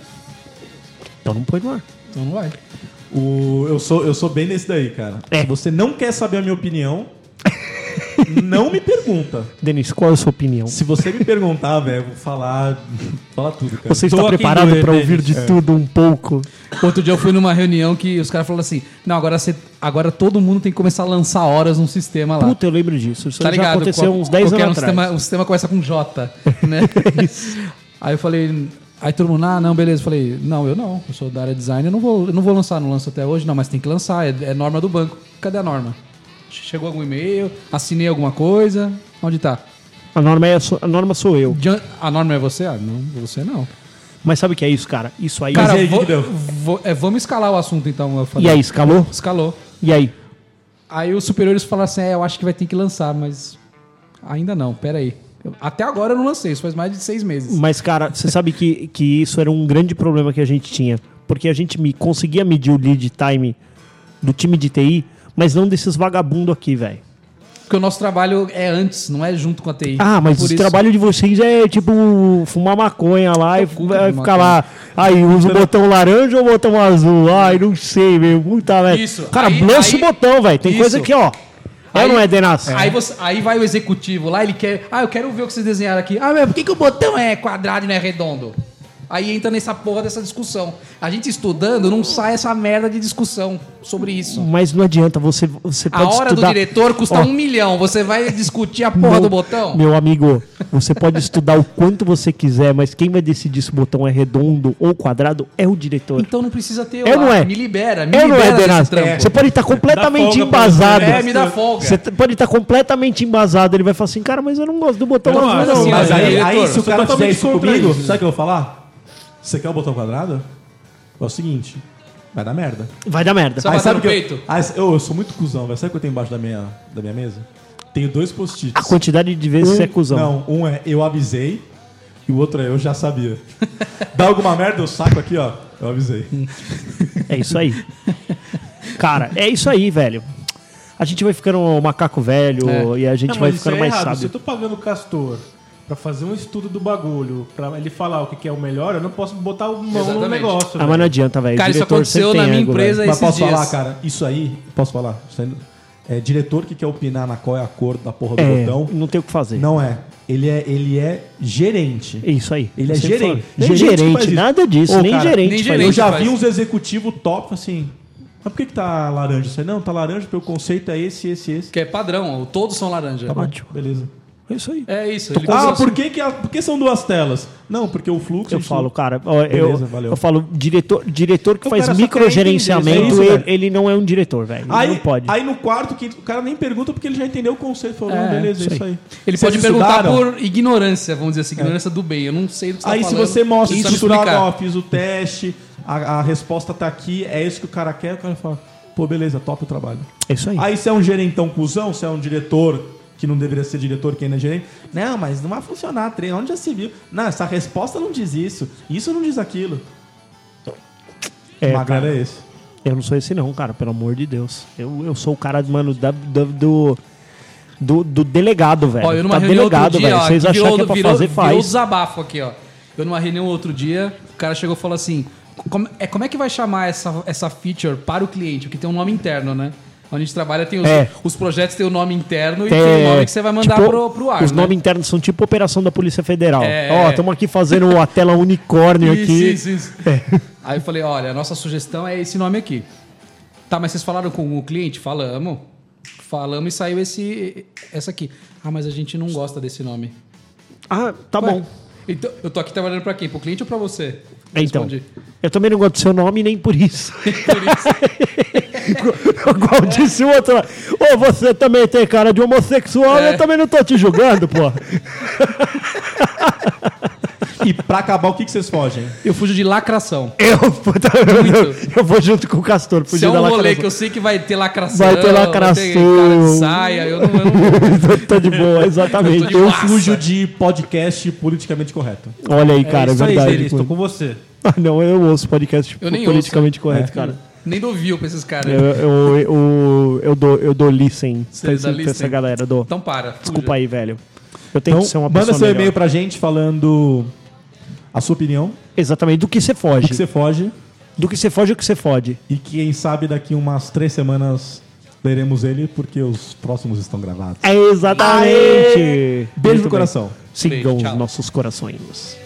[SPEAKER 4] Então não põe no ar.
[SPEAKER 5] Então não vai.
[SPEAKER 3] O- eu, sou, eu sou bem nesse daí, cara.
[SPEAKER 4] É.
[SPEAKER 3] Você não quer saber a minha opinião, não me pergunta.
[SPEAKER 4] Denis, qual é a sua opinião?
[SPEAKER 3] Se você me perguntar, velho, eu vou falar, falar tudo, cara.
[SPEAKER 4] Você
[SPEAKER 6] Tô
[SPEAKER 4] está
[SPEAKER 6] aqui
[SPEAKER 4] preparado
[SPEAKER 6] doer,
[SPEAKER 4] pra ouvir
[SPEAKER 6] Denis.
[SPEAKER 4] de tudo um pouco?
[SPEAKER 5] Outro dia eu fui numa reunião que os caras falaram assim: não, agora, você, agora todo mundo tem que começar a lançar horas num sistema lá.
[SPEAKER 4] Puta, eu lembro disso. Isso
[SPEAKER 5] tá
[SPEAKER 4] já
[SPEAKER 5] ligado?
[SPEAKER 4] aconteceu
[SPEAKER 5] Qual-
[SPEAKER 4] uns 10
[SPEAKER 5] qualquer
[SPEAKER 4] anos
[SPEAKER 5] um
[SPEAKER 4] atrás. É
[SPEAKER 5] Sistema, um sistema começa com J, né? aí eu falei. Aí todo mundo, ah, não, beleza. Eu falei, não, eu não. Eu sou da área de design, eu não vou, eu não vou lançar, não lanço até hoje, não, mas tem que lançar, é, é norma do banco. Cadê a norma? Chegou algum e-mail, assinei alguma coisa. Onde tá?
[SPEAKER 4] A, norma é, a norma sou eu.
[SPEAKER 5] Jan- A norma é você? Ah, não, você não.
[SPEAKER 4] Mas sabe o que é isso, cara? Isso aí.
[SPEAKER 5] Cara,
[SPEAKER 3] aí, o que
[SPEAKER 5] vou-
[SPEAKER 3] que deu?
[SPEAKER 5] vou- é, vamos escalar o assunto então. Eu falei,
[SPEAKER 4] e aí, escalou?
[SPEAKER 5] Escalou.
[SPEAKER 4] E aí?
[SPEAKER 5] Aí os superiores falaram assim: é, eu acho que vai ter que lançar, mas ainda não, peraí. Eu- Até agora eu não lancei, isso faz mais de seis meses.
[SPEAKER 4] Mas, cara, você sabe que, que isso era um grande problema que a gente tinha. Porque a gente me, conseguia medir o lead time do time de TI, mas não desses vagabundos aqui, velho.
[SPEAKER 5] Porque o nosso trabalho é antes, não é junto com a TI.
[SPEAKER 4] Ah, mas
[SPEAKER 5] Por
[SPEAKER 4] o
[SPEAKER 5] isso-
[SPEAKER 4] trabalho de vocês é tipo fumar maconha lá e fu-
[SPEAKER 5] cu
[SPEAKER 4] vai
[SPEAKER 5] de
[SPEAKER 4] ficar
[SPEAKER 5] maconha. É
[SPEAKER 4] lá. Aí usa o botão laranja ou o botão azul? Ai, não sei, meu. Puta, velho.
[SPEAKER 5] Isso,
[SPEAKER 4] Cara,
[SPEAKER 5] aí-
[SPEAKER 4] lança o
[SPEAKER 5] aí-
[SPEAKER 4] botão, velho. Tem
[SPEAKER 5] Isso.
[SPEAKER 4] coisa que, ó. é
[SPEAKER 5] Aí-
[SPEAKER 4] ou não é, Denas?
[SPEAKER 5] Aí, você, aí vai o executivo lá, ele quer. Ah, eu quero ver o que vocês desenharam aqui. Ah, mas por que, que o botão é quadrado e não é redondo? Aí entra nessa porra dessa discussão. A gente estudando, não sai essa merda de discussão sobre isso.
[SPEAKER 4] Mas não adianta, você, você
[SPEAKER 5] A
[SPEAKER 4] Hum, pode
[SPEAKER 5] hora
[SPEAKER 4] estudar...
[SPEAKER 5] do diretor custa
[SPEAKER 4] Ó,
[SPEAKER 5] um milhão. Você vai discutir a porra
[SPEAKER 4] Meu-
[SPEAKER 5] do botão?
[SPEAKER 4] Meu amigo, você pode estudar o quanto você quiser, mas quem vai decidir se o botão é redondo ou quadrado é o diretor.
[SPEAKER 5] Então não precisa ter. eu
[SPEAKER 4] É ou
[SPEAKER 5] lá.
[SPEAKER 4] não é?
[SPEAKER 5] Me libera, me
[SPEAKER 4] é ou não
[SPEAKER 5] libera
[SPEAKER 4] é,
[SPEAKER 5] desse
[SPEAKER 4] Denas?
[SPEAKER 5] trampo.
[SPEAKER 4] Você pode estar completamente
[SPEAKER 6] folga pra
[SPEAKER 4] embasado.
[SPEAKER 5] É, me dá folga.
[SPEAKER 4] Você t- pode estar completamente embasado. Ele vai falar assim, cara, mas eu não gosto do botão
[SPEAKER 6] Eu não
[SPEAKER 4] azul,
[SPEAKER 6] acho,
[SPEAKER 4] não.
[SPEAKER 5] assim,
[SPEAKER 3] Mas
[SPEAKER 5] Olha,
[SPEAKER 3] aí,
[SPEAKER 5] diretor,
[SPEAKER 3] aí se o
[SPEAKER 6] sou
[SPEAKER 3] cara fizer
[SPEAKER 6] totalmente
[SPEAKER 3] isso
[SPEAKER 6] contra
[SPEAKER 3] comigo,
[SPEAKER 6] isso.
[SPEAKER 3] sabe o que eu vou falar? Você quer o botão quadrado? É o seguinte, vai dar merda.
[SPEAKER 4] Vai dar merda.
[SPEAKER 5] Só- Vai
[SPEAKER 3] sabe
[SPEAKER 5] bater Tá no
[SPEAKER 3] que eu-
[SPEAKER 5] peito.
[SPEAKER 3] Aí, eu, eu sou muito cuzão, velho. Sabe o que eu tenho embaixo da minha, da minha mesa? Tenho dois post-its.
[SPEAKER 4] A quantidade de vezes você é cuzão.
[SPEAKER 3] Não, um é eu avisei e o outro é eu já sabia. Dá alguma merda, eu saco aqui, ó. Eu avisei.
[SPEAKER 4] É isso aí. cara, é isso aí, velho. A gente vai ficando um macaco velho
[SPEAKER 5] É.
[SPEAKER 4] e a gente
[SPEAKER 6] Não,
[SPEAKER 4] vai
[SPEAKER 6] mas isso
[SPEAKER 4] ficando
[SPEAKER 6] é
[SPEAKER 4] mais
[SPEAKER 6] errado. Se
[SPEAKER 4] sábio.
[SPEAKER 6] eu tô pagando o Castor pra fazer um estudo do bagulho, pra ele falar o que que é o melhor, eu não posso botar mão no
[SPEAKER 5] Exatamente.
[SPEAKER 6] negócio.
[SPEAKER 4] Ah, mas não adianta, velho. O
[SPEAKER 5] é Cara, isso
[SPEAKER 4] diretor
[SPEAKER 5] aconteceu
[SPEAKER 4] sempre tem
[SPEAKER 5] na minha
[SPEAKER 4] ângulo, né?
[SPEAKER 5] empresa
[SPEAKER 4] velho.
[SPEAKER 3] né? Mas
[SPEAKER 5] esses
[SPEAKER 3] posso
[SPEAKER 5] dias.
[SPEAKER 3] falar, cara, isso aí, posso falar? Isso aí, é, diretor que quer opinar na qual é a cor da porra do
[SPEAKER 4] É,
[SPEAKER 3] botão.
[SPEAKER 4] não tem o que fazer.
[SPEAKER 3] Não é. Ele é, ele é gerente.
[SPEAKER 4] É Isso aí.
[SPEAKER 3] Ele é
[SPEAKER 4] Eu sempre
[SPEAKER 3] gerente.
[SPEAKER 4] falo. Nem
[SPEAKER 3] Gerente que
[SPEAKER 4] gerente,
[SPEAKER 3] faz isso.
[SPEAKER 4] nada disso.
[SPEAKER 3] Ô,
[SPEAKER 4] nem
[SPEAKER 3] cara,
[SPEAKER 4] gerente.
[SPEAKER 5] nem
[SPEAKER 4] faz
[SPEAKER 5] gerente.
[SPEAKER 3] Eu
[SPEAKER 4] isso.
[SPEAKER 3] já
[SPEAKER 5] faz
[SPEAKER 3] vi um
[SPEAKER 5] isso.
[SPEAKER 3] uns executivos top assim. Mas por que, que tá laranja? Isso aí, não, tá laranja porque o conceito é esse, esse, esse.
[SPEAKER 5] Que é padrão, todos são laranja.
[SPEAKER 3] Tá bom, beleza.
[SPEAKER 4] É isso aí.
[SPEAKER 5] É isso.
[SPEAKER 3] Ah,
[SPEAKER 5] porque
[SPEAKER 3] por que, que a- por que são duas telas? Não, porque o fluxo. a
[SPEAKER 4] Eu
[SPEAKER 3] gente
[SPEAKER 4] falo,
[SPEAKER 3] não-
[SPEAKER 4] cara, ó,
[SPEAKER 3] Beleza,
[SPEAKER 4] eu,
[SPEAKER 3] valeu.
[SPEAKER 4] eu falo, diretor, diretor que
[SPEAKER 6] O
[SPEAKER 4] faz
[SPEAKER 6] cara só quer entender,
[SPEAKER 4] microgerenciamento,
[SPEAKER 6] isso é isso,
[SPEAKER 4] ele, ele não é um diretor, velho. Ele
[SPEAKER 3] Aí,
[SPEAKER 4] Não pode.
[SPEAKER 3] aí no quarto, quinto, o cara nem pergunta porque ele já entendeu o conceito. Falou, não,
[SPEAKER 5] É,
[SPEAKER 3] beleza,
[SPEAKER 4] isso
[SPEAKER 3] é isso aí.
[SPEAKER 5] Ele
[SPEAKER 3] Vocês
[SPEAKER 5] pode perguntar
[SPEAKER 3] estudaram?
[SPEAKER 5] por ignorância, vamos dizer assim, ignorância do bem. Eu não sei do que você tá
[SPEAKER 3] Aí se
[SPEAKER 5] falando,
[SPEAKER 3] você mostra
[SPEAKER 5] isso
[SPEAKER 3] isso
[SPEAKER 5] sabe explicar.
[SPEAKER 3] estrutural, ó, fiz o teste, a, a resposta tá aqui, é isso que o cara quer, o cara fala, pô, beleza, top o trabalho.
[SPEAKER 4] É isso aí.
[SPEAKER 3] Aí se é um gerentão cuzão, se é um diretor que não deveria ser diretor, que ainda é gerente, não, mas não vai funcionar, treino, onde já se viu? Não, essa resposta não diz isso, isso não diz aquilo.
[SPEAKER 4] É,
[SPEAKER 3] Magrelo
[SPEAKER 4] cara.
[SPEAKER 3] é esse.
[SPEAKER 4] Eu não sou esse não, cara, pelo amor de Deus. Eu, eu sou o cara, mano, da- da- do, do, do delegado, velho.
[SPEAKER 5] Ó, eu numa
[SPEAKER 4] tá
[SPEAKER 5] reunião
[SPEAKER 4] delegado,
[SPEAKER 5] outro dia,
[SPEAKER 4] velho.
[SPEAKER 5] ó,
[SPEAKER 4] Vocês acham
[SPEAKER 5] virou-
[SPEAKER 4] que é pra
[SPEAKER 5] virou-
[SPEAKER 4] fazer,
[SPEAKER 5] Virou
[SPEAKER 4] faz.
[SPEAKER 5] desabafo aqui, ó. Eu numa reunião outro dia, o cara chegou e falou assim, como é, como é que vai chamar essa, essa feature para o cliente? Porque tem um nome interno, né? Onde a gente trabalha, tem os,
[SPEAKER 4] É.
[SPEAKER 5] os projetos tem o nome interno e tem o
[SPEAKER 4] É,
[SPEAKER 5] nome que você vai mandar
[SPEAKER 4] tipo,
[SPEAKER 5] pro, pro ar,
[SPEAKER 4] Os
[SPEAKER 5] né?
[SPEAKER 4] nomes internos são tipo operação da Polícia Federal.
[SPEAKER 5] É.
[SPEAKER 4] Ó, estamos aqui fazendo a tela unicórnio
[SPEAKER 5] Isso,
[SPEAKER 4] aqui. É.
[SPEAKER 5] isso, isso. Aí eu falei, olha, a nossa sugestão é esse nome aqui. Tá, mas vocês falaram com o cliente? Falamos. Falamos e saiu esse, essa aqui. Ah, mas a gente não gosta desse nome.
[SPEAKER 4] Ah, tá
[SPEAKER 5] Ué,
[SPEAKER 4] bom.
[SPEAKER 5] Então, eu tô aqui trabalhando pra quem? Pro cliente ou pra você?
[SPEAKER 4] Então,
[SPEAKER 5] Respondi.
[SPEAKER 4] eu também não gosto do seu nome nem por isso. Igual disse o outro lá. Ô, você também tem cara de homossexual,
[SPEAKER 5] É.
[SPEAKER 4] eu também não tô te julgando, pô.
[SPEAKER 3] E pra acabar, o que, que vocês fogem?
[SPEAKER 5] Eu fujo de lacração.
[SPEAKER 4] Eu, puta, eu, eu, eu vou junto com o Castor.
[SPEAKER 5] Se
[SPEAKER 4] fugir
[SPEAKER 5] é um
[SPEAKER 4] da
[SPEAKER 5] rolê
[SPEAKER 4] lacração.
[SPEAKER 5] que eu sei que vai ter lacração,
[SPEAKER 4] Vai ter
[SPEAKER 5] cara de
[SPEAKER 4] lacração.
[SPEAKER 5] saia, eu não, eu não-
[SPEAKER 4] Tô de boa,
[SPEAKER 5] Eu
[SPEAKER 4] exatamente.
[SPEAKER 5] tô de
[SPEAKER 4] Eu
[SPEAKER 5] boa.
[SPEAKER 4] fujo.
[SPEAKER 3] Fujo de podcast politicamente correto.
[SPEAKER 4] Olha aí, cara, é,
[SPEAKER 6] isso aí,
[SPEAKER 4] verdade.
[SPEAKER 6] Denis, tô com você.
[SPEAKER 4] Ah, não, eu ouço podcast tipo,
[SPEAKER 5] Eu nem É.
[SPEAKER 4] politicamente correto, cara.
[SPEAKER 5] nem dou view pra esses caras.
[SPEAKER 4] Eu, eu, eu, eu dou, eu dou listen
[SPEAKER 5] Você
[SPEAKER 4] pra
[SPEAKER 5] dá
[SPEAKER 4] esse- pra essa
[SPEAKER 5] listen?
[SPEAKER 4] galera. eu Dou.
[SPEAKER 5] Então para. fuja.
[SPEAKER 4] Desculpa aí, velho. Eu tenho
[SPEAKER 3] Então,
[SPEAKER 4] que ser é uma
[SPEAKER 3] manda
[SPEAKER 4] pessoa
[SPEAKER 3] seu
[SPEAKER 4] melhor.
[SPEAKER 3] e-mail pra gente falando a sua opinião,
[SPEAKER 4] Exatamente, do que você
[SPEAKER 3] o que
[SPEAKER 4] foge.
[SPEAKER 3] você foge.
[SPEAKER 4] Do que você foge, o que você fode.
[SPEAKER 3] E quem sabe daqui umas três semanas leremos ele, porque os próximos estão gravados.
[SPEAKER 4] É exatamente.
[SPEAKER 3] Beijo
[SPEAKER 4] Muito
[SPEAKER 3] no
[SPEAKER 4] bem.
[SPEAKER 3] coração.
[SPEAKER 4] Sigam
[SPEAKER 5] Beijo,
[SPEAKER 4] os
[SPEAKER 5] tchau.
[SPEAKER 4] nossos corações.